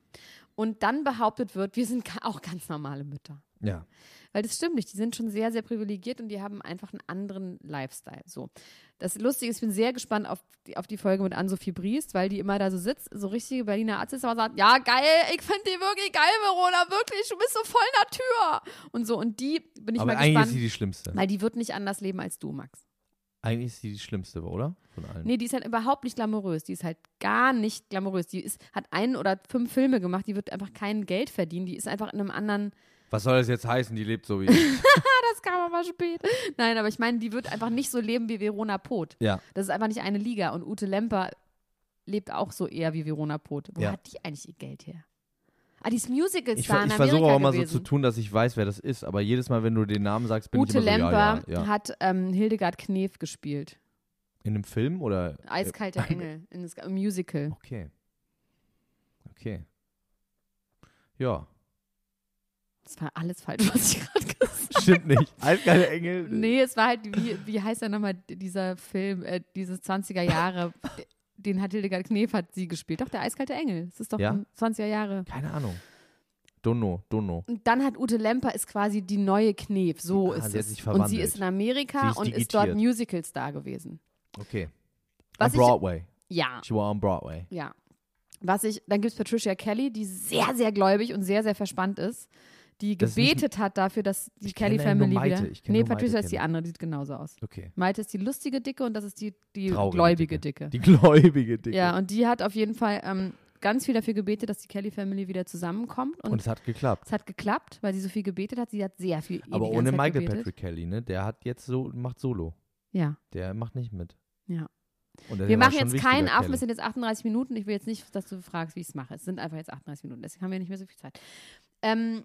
Speaker 1: Und dann behauptet wird, wir sind [laughs] ga- auch ganz normale Mütter.
Speaker 4: ja.
Speaker 1: Weil das stimmt nicht. Die sind schon sehr, sehr privilegiert und die haben einfach einen anderen Lifestyle. So. Das Lustige ist, ich bin sehr gespannt auf die, auf die Folge mit Ann-Sophie Briest, weil die immer da so sitzt, so richtige Berliner Arzt ist, aber sagt, ja, geil, ich finde die wirklich geil, Verona, wirklich, du bist so voll Natur. Und so. Und die bin ich
Speaker 4: Aber
Speaker 1: mal
Speaker 4: eigentlich ist sie
Speaker 1: gespannt,
Speaker 4: die Schlimmste.
Speaker 1: weil die wird nicht anders leben als du, Max.
Speaker 4: Eigentlich ist sie die Schlimmste, oder? Von allen.
Speaker 1: Nee, die ist halt überhaupt nicht glamourös. Die ist halt gar nicht glamourös. Die ist, hat einen oder fünf Filme gemacht, die wird einfach kein Geld verdienen. Die ist einfach in einem anderen.
Speaker 4: Was soll das jetzt heißen? Die lebt
Speaker 1: [laughs]
Speaker 4: so wie ich.
Speaker 1: Das kam aber spät. Nein, aber ich meine, die wird einfach nicht so leben wie Verona Poth.
Speaker 4: ja.
Speaker 1: Das ist einfach nicht eine Liga. Und Ute Lemper lebt auch so eher wie Verona Poth. Wo
Speaker 4: Ja.
Speaker 1: hat die eigentlich ihr Geld her? Ah, die ist Musical
Speaker 4: Ich,
Speaker 1: Star
Speaker 4: ver- ich
Speaker 1: in
Speaker 4: versuche
Speaker 1: Amerika
Speaker 4: auch immer so
Speaker 1: gewesen.
Speaker 4: zu tun, dass ich weiß, wer das ist. Aber jedes Mal, wenn du den Namen sagst, bin
Speaker 1: Ute
Speaker 4: ich immer so,
Speaker 1: Lemper
Speaker 4: ja, ja, ja.
Speaker 1: hat ähm, Hildegard Knef gespielt.
Speaker 4: In einem Film oder? [laughs]
Speaker 1: Eiskalter Engel in das, im Musical.
Speaker 4: Okay. Okay. Ja. [laughs]
Speaker 1: Das war alles falsch, was ich gerade gesagt habe. [laughs]
Speaker 4: Stimmt nicht. Eiskalte Engel.
Speaker 1: Nee, es war halt, wie, wie heißt er nochmal, dieser Film, äh, dieses 20er
Speaker 4: [laughs]
Speaker 1: Jahre, den hat Hildegard Knef, hat sie gespielt. Doch, der eiskalte Engel. Das ist doch
Speaker 4: Ja?
Speaker 1: ein 20er Jahre.
Speaker 4: Keine Ahnung. Donno, Donno.
Speaker 1: Und dann hat Ute Lemper ist quasi die neue Knef. So
Speaker 4: Ah,
Speaker 1: ist
Speaker 4: sie hat
Speaker 1: es.
Speaker 4: sich
Speaker 1: und
Speaker 4: verwandelt.
Speaker 1: sie ist in Amerika
Speaker 4: Sie ist
Speaker 1: und ist
Speaker 4: digitiert. Ah,
Speaker 1: dort Musical-Star gewesen.
Speaker 4: Okay.
Speaker 1: Was
Speaker 4: on
Speaker 1: ich-
Speaker 4: Broadway.
Speaker 1: Ja,
Speaker 4: She war on Broadway.
Speaker 1: ja. Was ich, dann gibt es Patricia Kelly, die sehr, sehr gläubig und sehr, sehr verspannt ist, die
Speaker 4: Das ist nicht-
Speaker 1: gebetet hat dafür, dass die
Speaker 4: Ich kenne ja
Speaker 1: Kelly-Family
Speaker 4: nur Maite.
Speaker 1: wieder.
Speaker 4: Ich kenne
Speaker 1: Nee,
Speaker 4: nur Maite
Speaker 1: Patricia ist die
Speaker 4: Kelly.
Speaker 1: andere, die sieht genauso aus.
Speaker 4: Okay.
Speaker 1: Malte ist die lustige Dicke und das ist die, die
Speaker 4: Traurige
Speaker 1: gläubige Dicke.
Speaker 4: Die gläubige Dicke.
Speaker 1: Ja, und die hat auf jeden Fall ähm, ganz viel dafür gebetet, dass die Kelly Family wieder zusammenkommt. Und,
Speaker 4: Und es hat geklappt.
Speaker 1: es hat geklappt, weil sie so viel gebetet hat. Sie hat sehr viel die
Speaker 4: Aber
Speaker 1: ganze
Speaker 4: ohne
Speaker 1: Zeit
Speaker 4: Michael
Speaker 1: gebetet.
Speaker 4: Patrick Kelly, ne? Der hat jetzt so, macht Solo.
Speaker 1: Ja.
Speaker 4: Der macht nicht mit.
Speaker 1: Ja.
Speaker 4: Und der
Speaker 1: Wir
Speaker 4: war
Speaker 1: machen
Speaker 4: schon
Speaker 1: jetzt keinen
Speaker 4: wichtiger,
Speaker 1: auf,
Speaker 4: Kelly.
Speaker 1: es sind jetzt 38 Minuten. Ich will jetzt nicht, dass du fragst, wie ich es mache. Es sind einfach jetzt 38 Minuten, deswegen haben wir nicht mehr so viel Zeit. Ähm,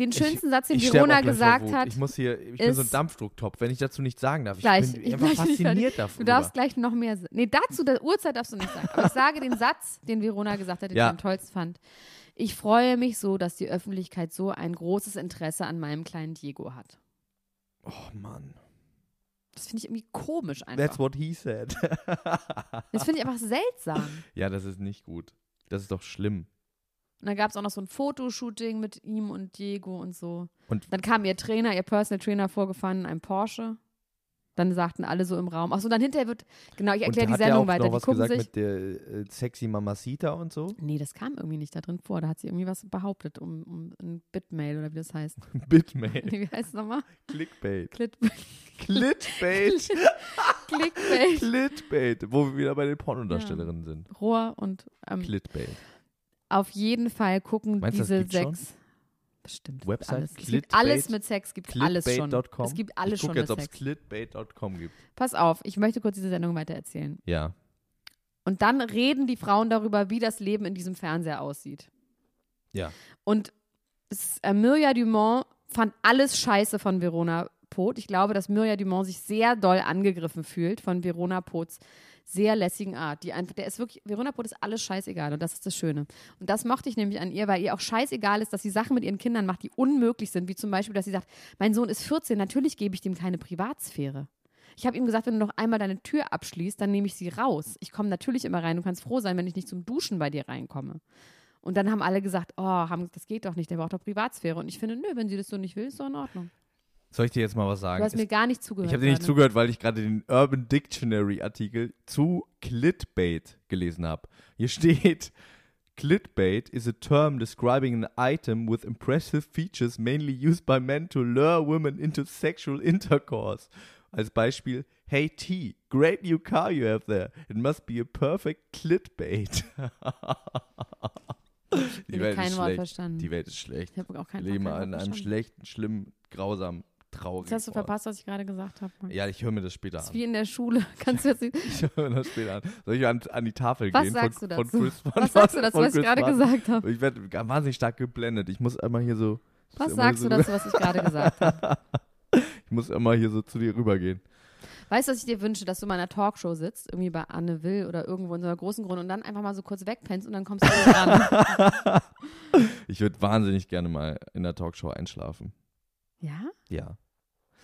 Speaker 1: den schönsten Satz, den
Speaker 4: Ich sterb
Speaker 1: Verona
Speaker 4: auch gleich vor
Speaker 1: gesagt
Speaker 4: Wut.
Speaker 1: hat,
Speaker 4: Ich muss hier, ich bin so ein
Speaker 1: ist-
Speaker 4: Dampfdrucktopf, wenn ich dazu nichts sagen darf. Ich
Speaker 1: Gleich,
Speaker 4: bin
Speaker 1: ich
Speaker 4: einfach
Speaker 1: gleich nicht
Speaker 4: fasziniert davon.
Speaker 1: du darfst gleich noch mehr. sa- Nee, dazu, der Uhrzeit darfst du nicht sagen. Aber ich sage den Satz, den Verona gesagt hat, den
Speaker 4: Ja.
Speaker 1: ich am tollsten fand. Ich freue mich so, dass die Öffentlichkeit so ein großes Interesse an meinem kleinen Diego hat.
Speaker 4: Oh Mann.
Speaker 1: Das finde ich irgendwie komisch einfach.
Speaker 4: That's what he said. [laughs]
Speaker 1: Das finde ich einfach seltsam.
Speaker 4: ja, das ist nicht gut. Das ist doch schlimm.
Speaker 1: Und dann gab es auch noch so ein Fotoshooting mit ihm und Diego und so.
Speaker 4: Und-
Speaker 1: dann kam ihr Trainer, ihr Personal Trainer vorgefahren in einem Porsche. Dann sagten alle so im Raum. Achso, dann hinterher wird, genau, ich
Speaker 4: Und
Speaker 1: erkläre die
Speaker 4: hat er
Speaker 1: Sendung
Speaker 4: auch
Speaker 1: weiter.
Speaker 4: noch
Speaker 1: Die
Speaker 4: was
Speaker 1: gucken
Speaker 4: gesagt
Speaker 1: sich.
Speaker 4: mit der äh, sexy Mamacita
Speaker 1: [laughs]
Speaker 4: und so?
Speaker 1: Nee, das kam irgendwie nicht da drin vor. Da hat sie irgendwie was behauptet, um, um ein Bitmail oder wie das
Speaker 4: [laughs]
Speaker 1: heißt.
Speaker 4: Bitmail.
Speaker 1: Wie heißt es nochmal?
Speaker 4: Clickbait.
Speaker 1: Clit
Speaker 4: [laughs]
Speaker 1: [laughs]
Speaker 4: Clickbait.
Speaker 1: Clickbait.
Speaker 4: Clickbait. Wo wir wieder bei den Pornodarstellerinnen sind.
Speaker 1: Rohr und ähm,
Speaker 4: Clickbait.
Speaker 1: auf jeden Fall gucken
Speaker 4: Meinst du, das
Speaker 1: diese
Speaker 4: gibt's schon?
Speaker 1: sechs. Bestimmt.
Speaker 4: Website?
Speaker 1: Alles. Es
Speaker 4: Clitbait?
Speaker 1: gibt alles mit Sex, gibt alles schon.
Speaker 4: Clickbait.com.
Speaker 1: Es gibt alles
Speaker 4: ich guck
Speaker 1: schon
Speaker 4: jetzt,
Speaker 1: mit
Speaker 4: ob es
Speaker 1: Sex.
Speaker 4: clickbait.com gibt.
Speaker 1: Pass auf, ich möchte kurz diese Sendung weitererzählen.
Speaker 4: Ja.
Speaker 1: Und dann reden die Frauen darüber, wie das Leben in diesem Fernseher aussieht.
Speaker 4: Ja.
Speaker 1: Und s- äh, Mirja Dumont fand alles scheiße von Verona Poth. Ich glaube, dass Mirja Dumont sich sehr doll angegriffen fühlt von Verona Poths sehr lässigen Art. Die einfach, der ist wirklich, Verona Poth ist alles scheißegal und das ist das Schöne. Und das mochte ich nämlich an ihr, weil ihr auch scheißegal ist, dass sie Sachen mit ihren Kindern macht, die unmöglich sind, wie zum Beispiel, dass sie sagt, mein Sohn ist 14, natürlich gebe ich dem keine Privatsphäre. Ich habe ihm gesagt, wenn du noch einmal deine Tür abschließt, dann nehme ich sie raus. Ich komme natürlich immer rein. Du kannst froh sein, wenn ich nicht zum Duschen bei dir reinkomme. Und dann haben alle gesagt, oh, haben, das geht doch nicht, der braucht doch Privatsphäre. Und ich finde, nö, wenn sie das so nicht will, ist doch in Ordnung.
Speaker 4: Soll ich dir jetzt mal was
Speaker 1: Du
Speaker 4: sagen?
Speaker 1: hast mir
Speaker 4: Es-
Speaker 1: gar nicht zugehört.
Speaker 4: ich habe dir nicht
Speaker 1: gerade.
Speaker 4: zugehört, weil ich gerade den Urban Dictionary Artikel zu Clitbait gelesen habe. Hier steht, Clitbait is a term describing an item with impressive features mainly used by men to lure women into sexual intercourse. Als Beispiel, hey T, great new car you have there. It must be a
Speaker 1: [laughs]
Speaker 4: perfect Clitbait. Die
Speaker 1: hab
Speaker 4: Welt
Speaker 1: kein
Speaker 4: ist
Speaker 1: Wort
Speaker 4: schlecht.
Speaker 1: verstanden.
Speaker 4: Die Welt ist schlecht.
Speaker 1: Ich habe auch keinen
Speaker 4: Wir leben
Speaker 1: keinen
Speaker 4: an
Speaker 1: Wort
Speaker 4: einem
Speaker 1: verstanden.
Speaker 4: schlechten, schlimmen, grausamen, traurigen
Speaker 1: Jetzt hast du
Speaker 4: Ort.
Speaker 1: verpasst, was ich gerade gesagt habe. Mann.
Speaker 4: Ja, ich höre mir das später
Speaker 1: Das ist
Speaker 4: an.
Speaker 1: wie in der Schule. [laughs] Kannst du jetzt nicht,
Speaker 4: Ich höre mir das später an. Soll ich an, an die Tafel
Speaker 1: was
Speaker 4: gehen?
Speaker 1: sagst
Speaker 4: von,
Speaker 1: du dazu?
Speaker 4: Von Chris, von,
Speaker 1: was sagst du dazu,
Speaker 4: von
Speaker 1: was ich
Speaker 4: Chris
Speaker 1: gerade
Speaker 4: Martin?
Speaker 1: gesagt habe?
Speaker 4: Ich werde g- wahnsinnig stark geblendet. Ich muss einmal hier so. ich muss
Speaker 1: Was
Speaker 4: immer
Speaker 1: sagst
Speaker 4: so,
Speaker 1: du
Speaker 4: [laughs]
Speaker 1: dazu, was ich gerade gesagt habe?
Speaker 4: Ich muss immer hier so zu dir rübergehen.
Speaker 1: Weißt du, was ich dir wünsche, dass du mal in einer Talkshow sitzt, irgendwie bei Anne Will oder irgendwo in so einer großen Grunde und dann einfach mal so kurz wegpennst und dann kommst du wieder ran.
Speaker 4: [laughs] Ich würde wahnsinnig gerne mal in der Talkshow einschlafen.
Speaker 1: Ja?
Speaker 4: Ja.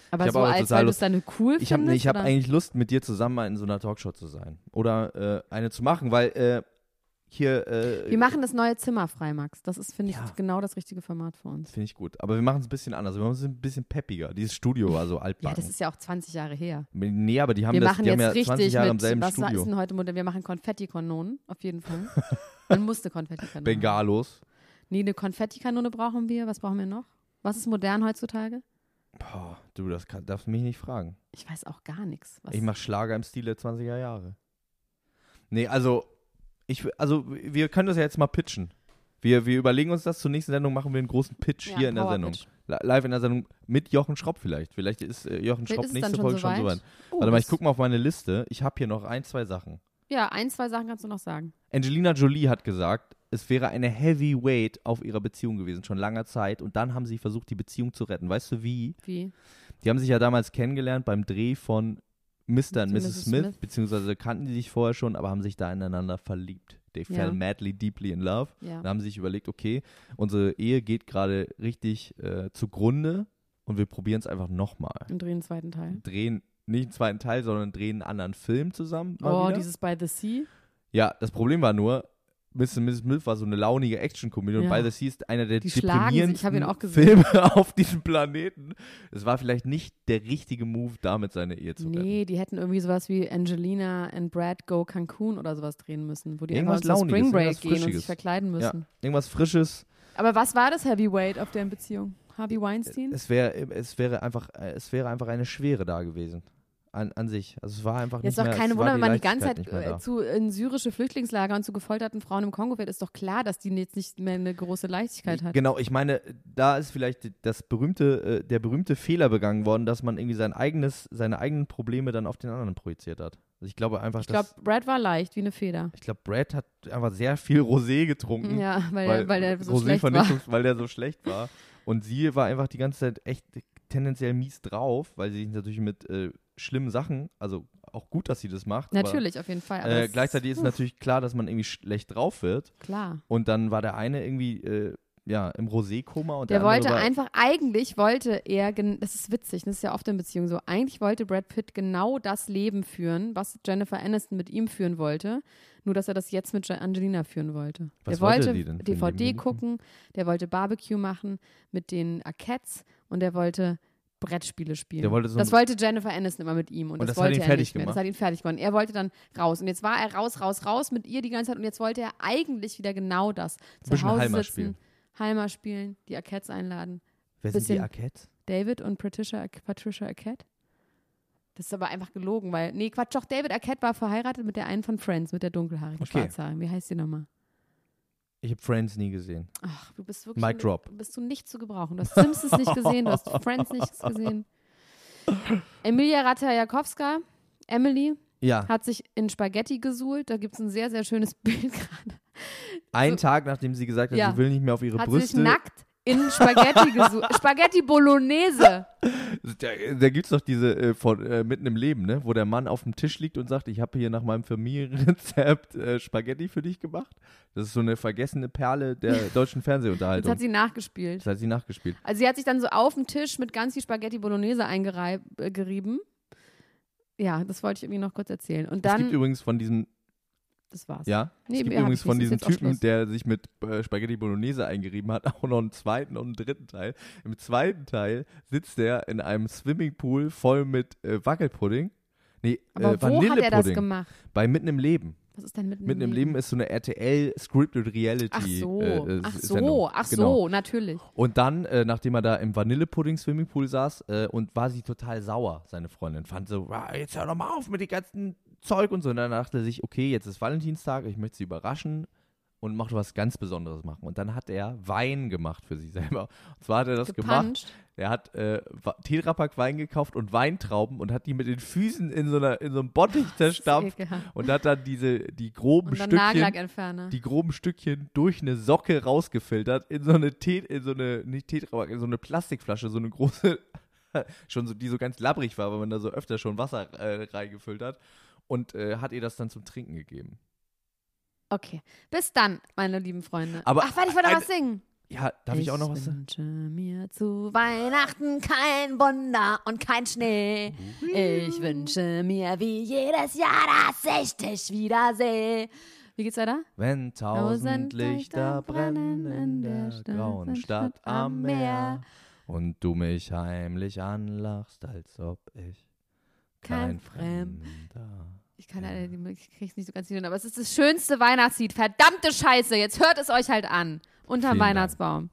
Speaker 4: Ich
Speaker 1: Aber
Speaker 4: hab
Speaker 1: so
Speaker 4: auch
Speaker 1: als
Speaker 4: total
Speaker 1: weil du es
Speaker 4: Lust-
Speaker 1: dann cool
Speaker 4: Ich habe
Speaker 1: findest?
Speaker 4: nee, ich hab
Speaker 1: oder?
Speaker 4: eigentlich Lust, mit dir zusammen mal in so einer Talkshow zu sein. Oder äh, eine zu machen, weil äh, hier. Äh,
Speaker 1: Wir machen das neue Zimmer frei, Max. Das ist, finde ich,
Speaker 4: Ja.
Speaker 1: genau das richtige Format für uns.
Speaker 4: Finde ich gut. Aber wir machen es ein bisschen anders. Wir machen es ein bisschen peppiger. Dieses Studio war so
Speaker 1: Ja,
Speaker 4: altbacken.
Speaker 1: das ist ja auch 20 Jahre her.
Speaker 4: nee, aber die haben,
Speaker 1: wir
Speaker 4: das,
Speaker 1: machen
Speaker 4: die
Speaker 1: jetzt
Speaker 4: haben ja
Speaker 1: richtig
Speaker 4: 20 Jahre
Speaker 1: mit,
Speaker 4: im selben
Speaker 1: was war-
Speaker 4: Studio.
Speaker 1: ist denn heute Modell? Wir machen Konfettikanonen, auf jeden
Speaker 4: [laughs]
Speaker 1: Fall. Man musste Konfettikanonen.
Speaker 4: Bengalos.
Speaker 1: Nee, eine Konfettikanone brauchen wir. Was brauchen wir noch? Was ist modern heutzutage?
Speaker 4: Boah, du, das kann, darfst mich nicht fragen.
Speaker 1: Ich weiß auch gar nichts. Was-
Speaker 4: Ich mache Schlager im Stil der 20er Jahre. Nee, also, ich, w- also wir können das ja jetzt mal pitchen. Wir, wir überlegen uns das. Zur nächsten Sendung machen wir einen großen Pitch
Speaker 1: Ja,
Speaker 4: hier in der
Speaker 1: Power
Speaker 4: Sendung.
Speaker 1: Pitch.
Speaker 4: Li- Live in der Sendung mit Jochen Schropp vielleicht. Vielleicht ist äh, Jochen
Speaker 1: Vielleicht
Speaker 4: Schropp
Speaker 1: ist es
Speaker 4: nächste
Speaker 1: dann schon
Speaker 4: Folge schon
Speaker 1: soweit.
Speaker 4: soweit.
Speaker 1: Oh,
Speaker 4: Warte mal, ich
Speaker 1: das-
Speaker 4: gucke mal auf meine Liste. Ich habe hier noch ein, zwei Sachen.
Speaker 1: Ja, ein, zwei Sachen kannst du noch sagen.
Speaker 4: Angelina Jolie hat gesagt, es wäre eine Heavyweight auf ihrer Beziehung gewesen, schon langer Zeit. Und dann haben sie versucht, die Beziehung zu retten. Weißt du wie?
Speaker 1: Wie?
Speaker 4: Die haben sich ja damals kennengelernt beim Dreh von Mr. und
Speaker 1: Mr.
Speaker 4: Mrs. Smith, beziehungsweise kannten die sich vorher schon, aber haben sich da ineinander verliebt. They
Speaker 1: Ja.
Speaker 4: fell madly, deeply in love.
Speaker 1: Ja.
Speaker 4: Und haben sich überlegt, okay, unsere Ehe geht gerade richtig äh, zugrunde und wir probieren es einfach nochmal.
Speaker 1: Und drehen den zweiten Teil.
Speaker 4: Drehen nicht einen zweiten Teil, sondern drehen einen anderen Film zusammen. mal
Speaker 1: Oh,
Speaker 4: wieder.
Speaker 1: dieses By the Sea.
Speaker 4: Ja, das Problem war nur, Mrs. Mrs. Smith war so eine launige Actionkomödie und
Speaker 1: Ja.
Speaker 4: By the Sea ist einer der
Speaker 1: Die schlagen sich.
Speaker 4: deprimierendsten
Speaker 1: Ich hab ihn auch gesehen.
Speaker 4: Filme [laughs] auf diesem Planeten. Es war vielleicht nicht der richtige Move, damit seine Ehe zu retten.
Speaker 1: Nee, die hätten irgendwie sowas wie Angelina and Brad Go Cancun oder sowas drehen müssen, wo die
Speaker 4: Irgendwas
Speaker 1: einfach auf so
Speaker 4: Launiges,
Speaker 1: Spring Break
Speaker 4: irgendwas
Speaker 1: gehen und sich
Speaker 4: Frischiges.
Speaker 1: verkleiden
Speaker 4: Ja,
Speaker 1: müssen.
Speaker 4: irgendwas Frisches.
Speaker 1: Aber was war das Heavyweight auf deren Beziehung? Harvey Weinstein?
Speaker 4: Es, wär, es, wäre einfach, äh, es wäre einfach eine Schwere da gewesen. An, an sich. Also es war einfach
Speaker 1: Jetzt
Speaker 4: nicht
Speaker 1: doch
Speaker 4: mehr,
Speaker 1: keine
Speaker 4: es
Speaker 1: Wunder,
Speaker 4: war
Speaker 1: wenn man die ganze Zeit
Speaker 4: Leichtigkeit nicht mehr
Speaker 1: äh,
Speaker 4: da.
Speaker 1: zu, in syrische Flüchtlingslager und zu gefolterten Frauen im Kongo fährt, ist doch klar, dass die jetzt nicht mehr eine große Leichtigkeit hat.
Speaker 4: Genau, ich meine, da ist vielleicht das berühmte, äh, der berühmte Fehler begangen worden, dass man irgendwie sein eigenes, seine eigenen Probleme dann auf den anderen projiziert hat. Also ich glaube einfach,
Speaker 1: Ich glaube,
Speaker 4: dass
Speaker 1: Brad war leicht wie eine Feder.
Speaker 4: ich glaube, Brad hat einfach sehr viel Rosé getrunken.
Speaker 1: Ja, weil,
Speaker 4: Mhm. weil,
Speaker 1: der- weil er so
Speaker 4: Rosé
Speaker 1: schlecht war.
Speaker 4: Vernichtungs- weil der so schlecht war. Und sie war einfach die ganze Zeit echt tendenziell mies drauf, weil sie sich natürlich mit äh, schlimmen Sachen, also auch gut, dass sie das macht.
Speaker 1: Natürlich, auf jeden Fall.
Speaker 4: Aber,
Speaker 1: Aber
Speaker 4: äh,
Speaker 1: das-
Speaker 4: gleichzeitig ist
Speaker 1: Puh,
Speaker 4: natürlich klar, dass man irgendwie schlecht drauf wird.
Speaker 1: Klar.
Speaker 4: Und dann war der eine irgendwie äh, ja, im Rosé-Koma und der,
Speaker 1: Der wollte
Speaker 4: andere war,
Speaker 1: einfach, eigentlich wollte er, gen- das ist witzig, das ist ja oft in Beziehungen so, eigentlich wollte Brad Pitt genau das Leben führen, was Jennifer Aniston mit ihm führen wollte, nur dass er das jetzt mit Je- Angelina führen wollte.
Speaker 4: Was
Speaker 1: der
Speaker 4: wollte
Speaker 1: wollte
Speaker 4: die denn von
Speaker 1: DVD
Speaker 4: dem?
Speaker 1: gucken, der wollte Barbecue machen mit den Arquettes und der wollte Brettspiele spielen.
Speaker 4: Der wollte so
Speaker 1: das
Speaker 4: ein-
Speaker 1: wollte Jennifer Aniston immer mit ihm und,
Speaker 4: Und
Speaker 1: das,
Speaker 4: das hat
Speaker 1: wollte
Speaker 4: ihn
Speaker 1: er
Speaker 4: fertig
Speaker 1: nicht mehr. Das
Speaker 4: gemacht?
Speaker 1: hat ihn fertig gemacht. Er wollte dann raus und jetzt war er raus, raus, raus mit ihr die ganze Zeit und jetzt wollte er eigentlich wieder genau das. Zu
Speaker 4: Bisschen
Speaker 1: Hause
Speaker 4: Halma
Speaker 1: sitzen,
Speaker 4: spielen.
Speaker 1: Heimer spielen, die Arquettes einladen.
Speaker 4: wer sind die
Speaker 1: bisschen-
Speaker 4: Arquette?
Speaker 1: David und Patricia, Patricia Arquette. Das ist aber einfach gelogen, weil, nee, Quatsch, doch, David Arquette war verheiratet mit der einen von Friends, mit der dunkelhaarigen
Speaker 4: Okay.
Speaker 1: Schwarzhaarigen. Wie heißt die nochmal?
Speaker 4: Ich habe Friends nie gesehen.
Speaker 1: Ach, du bist wirklich.
Speaker 4: Mic drop.
Speaker 1: Bist du nicht zu gebrauchen. Du hast Simpsons nicht gesehen,
Speaker 4: [laughs]
Speaker 1: du hast Friends nicht gesehen. Emilia Ratajkowska, Emily,
Speaker 4: Ja,
Speaker 1: hat sich in Spaghetti gesuhlt. Da gibt es ein sehr, sehr schönes Bild gerade.
Speaker 4: einen Tag nachdem sie gesagt hat,
Speaker 1: Ja.
Speaker 4: sie will nicht mehr auf ihre
Speaker 1: Hat sie sich
Speaker 4: Brüste.
Speaker 1: nackt in Spaghetti gesuhlt. Spaghetti
Speaker 4: [laughs]
Speaker 1: Bolognese.
Speaker 4: Da, da gibt es doch diese äh, von, äh, mitten im Leben, ne? wo der Mann auf dem Tisch liegt und sagt, ich habe hier nach meinem Familienrezept äh, Spaghetti für dich gemacht. Das ist so eine vergessene
Speaker 1: [laughs]
Speaker 4: Perle der deutschen
Speaker 1: Jetzt
Speaker 4: Fernsehunterhaltung.
Speaker 1: hat sie nachgespielt.
Speaker 4: das hat sie nachgespielt.
Speaker 1: Also sie hat sich dann so auf den Tisch mit ganz viel Spaghetti Bolognese eingerieben. Äh, gerieben. ja, das wollte ich irgendwie noch kurz erzählen. Und
Speaker 4: es gibt
Speaker 1: dann,
Speaker 4: übrigens von diesem,
Speaker 1: das war's.
Speaker 4: ja,
Speaker 1: Nee,
Speaker 4: es gibt
Speaker 1: mehr hab
Speaker 4: übrigens
Speaker 1: ich
Speaker 4: von
Speaker 1: nicht,
Speaker 4: diesem
Speaker 1: ist jetzt auch
Speaker 4: Typen,
Speaker 1: Schluss.
Speaker 4: der sich mit äh, Spaghetti Bolognese eingerieben hat, [laughs] auch noch einen zweiten und einen dritten Teil. Im zweiten Teil sitzt er in einem Swimmingpool voll mit äh, Wackelpudding. Nee,
Speaker 1: Aber wo hat
Speaker 4: äh,
Speaker 1: er das
Speaker 4: Vanillepudding.
Speaker 1: gemacht?
Speaker 4: Bei Mitten im Leben.
Speaker 1: Was ist denn mitten,
Speaker 4: Mitten im Leben ist so eine RTL Scripted Reality.
Speaker 1: Ach so,
Speaker 4: äh, äh,
Speaker 1: ach so,
Speaker 4: Sendung.
Speaker 1: ach so,
Speaker 4: Genau.
Speaker 1: natürlich.
Speaker 4: Und dann, äh, nachdem er da im Vanillepudding-Swimmingpool saß äh, und war sie total sauer, seine Freundin, fand so, "Ah, jetzt hör doch mal auf mit dem ganzen Zeug und so. Und dann dachte er sich, okay, jetzt ist Valentinstag, ich möchte sie überraschen und mache was ganz Besonderes machen. Und dann hat er Wein gemacht für sich [laughs] selber. Und zwar hat er das gemacht.
Speaker 1: Gepuncht.
Speaker 4: Er hat äh, Wa- Tetrapack Wein gekauft und Weintrauben und hat die mit den Füßen in so, einer, in so einem Bottich zerstampft
Speaker 1: ekelhaft.
Speaker 4: und hat dann diese, die groben
Speaker 1: Und dann ne?
Speaker 4: Stückchen
Speaker 1: Nagellackentferner.
Speaker 4: die groben Stückchen durch eine Socke rausgefiltert in so eine Tet in so eine nicht Tetra in so eine Plastikflasche, so eine große [laughs] schon so die so ganz labbrig war, weil man da so öfter schon Wasser äh, reingefüllt hat und äh, hat ihr das dann zum Trinken gegeben.
Speaker 1: Okay, bis dann, meine lieben Freunde.
Speaker 4: Aber
Speaker 1: ach, warte, ich wollte
Speaker 4: ein-
Speaker 1: was singen.
Speaker 4: Ja, darf ich, auch noch was sagen?
Speaker 1: wünsche mir zu Weihnachten kein Wunder und kein Schnee. Ich wünsche mir wie jedes Jahr, dass ich dich wiedersehe. Wie geht's weiter?
Speaker 4: Wenn tausend
Speaker 1: Tausend
Speaker 4: Lichter
Speaker 1: Lichter
Speaker 4: brennen in
Speaker 1: brennen
Speaker 4: der
Speaker 1: in der
Speaker 4: grauen
Speaker 1: Stadt
Speaker 4: Stadt am
Speaker 1: am
Speaker 4: Meer
Speaker 1: Meer.
Speaker 4: und du mich heimlich anlachst, als ob ich
Speaker 1: Kein
Speaker 4: kein, Fremder.
Speaker 1: Ich kann leider, die- ich krieg's nicht so ganz hin, aber es ist das schönste Weihnachtslied. Verdammte Scheiße, jetzt hört es euch halt an. Unterm
Speaker 4: Vielen Dank.
Speaker 1: Weihnachtsbaum.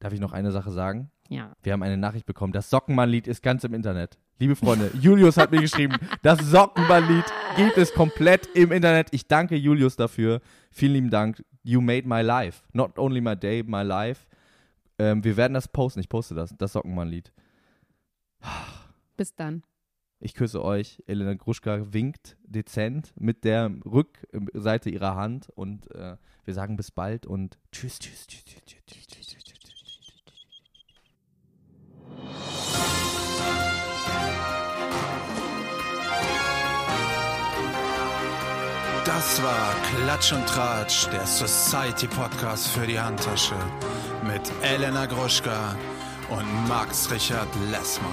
Speaker 4: Darf ich noch eine Sache sagen?
Speaker 1: Ja.
Speaker 4: Wir haben eine Nachricht bekommen. Das Sockenmann-Lied ist ganz im Internet. Liebe Freunde, [laughs] Julius hat mir geschrieben, das Sockenmann-Lied gibt es komplett im Internet. Ich danke Julius dafür. Vielen lieben Dank. You made my life. Not only my day, my life. Ähm, wir werden das posten. Ich poste das. Das Sockenmann-Lied.
Speaker 1: Bis dann.
Speaker 4: Ich küsse euch. Elena Gruschka winkt dezent mit der Rückseite ihrer Hand. Und äh, wir sagen bis bald und tschüss, tschüss, tschüss, tschüss, tschüss, tschüss, tschüss, tschüss, tschüss, tschüss.
Speaker 2: Das war Klatsch und Tratsch, der Society Podcast für die Handtasche mit Elena Gruschka und Max Richard Lessmann.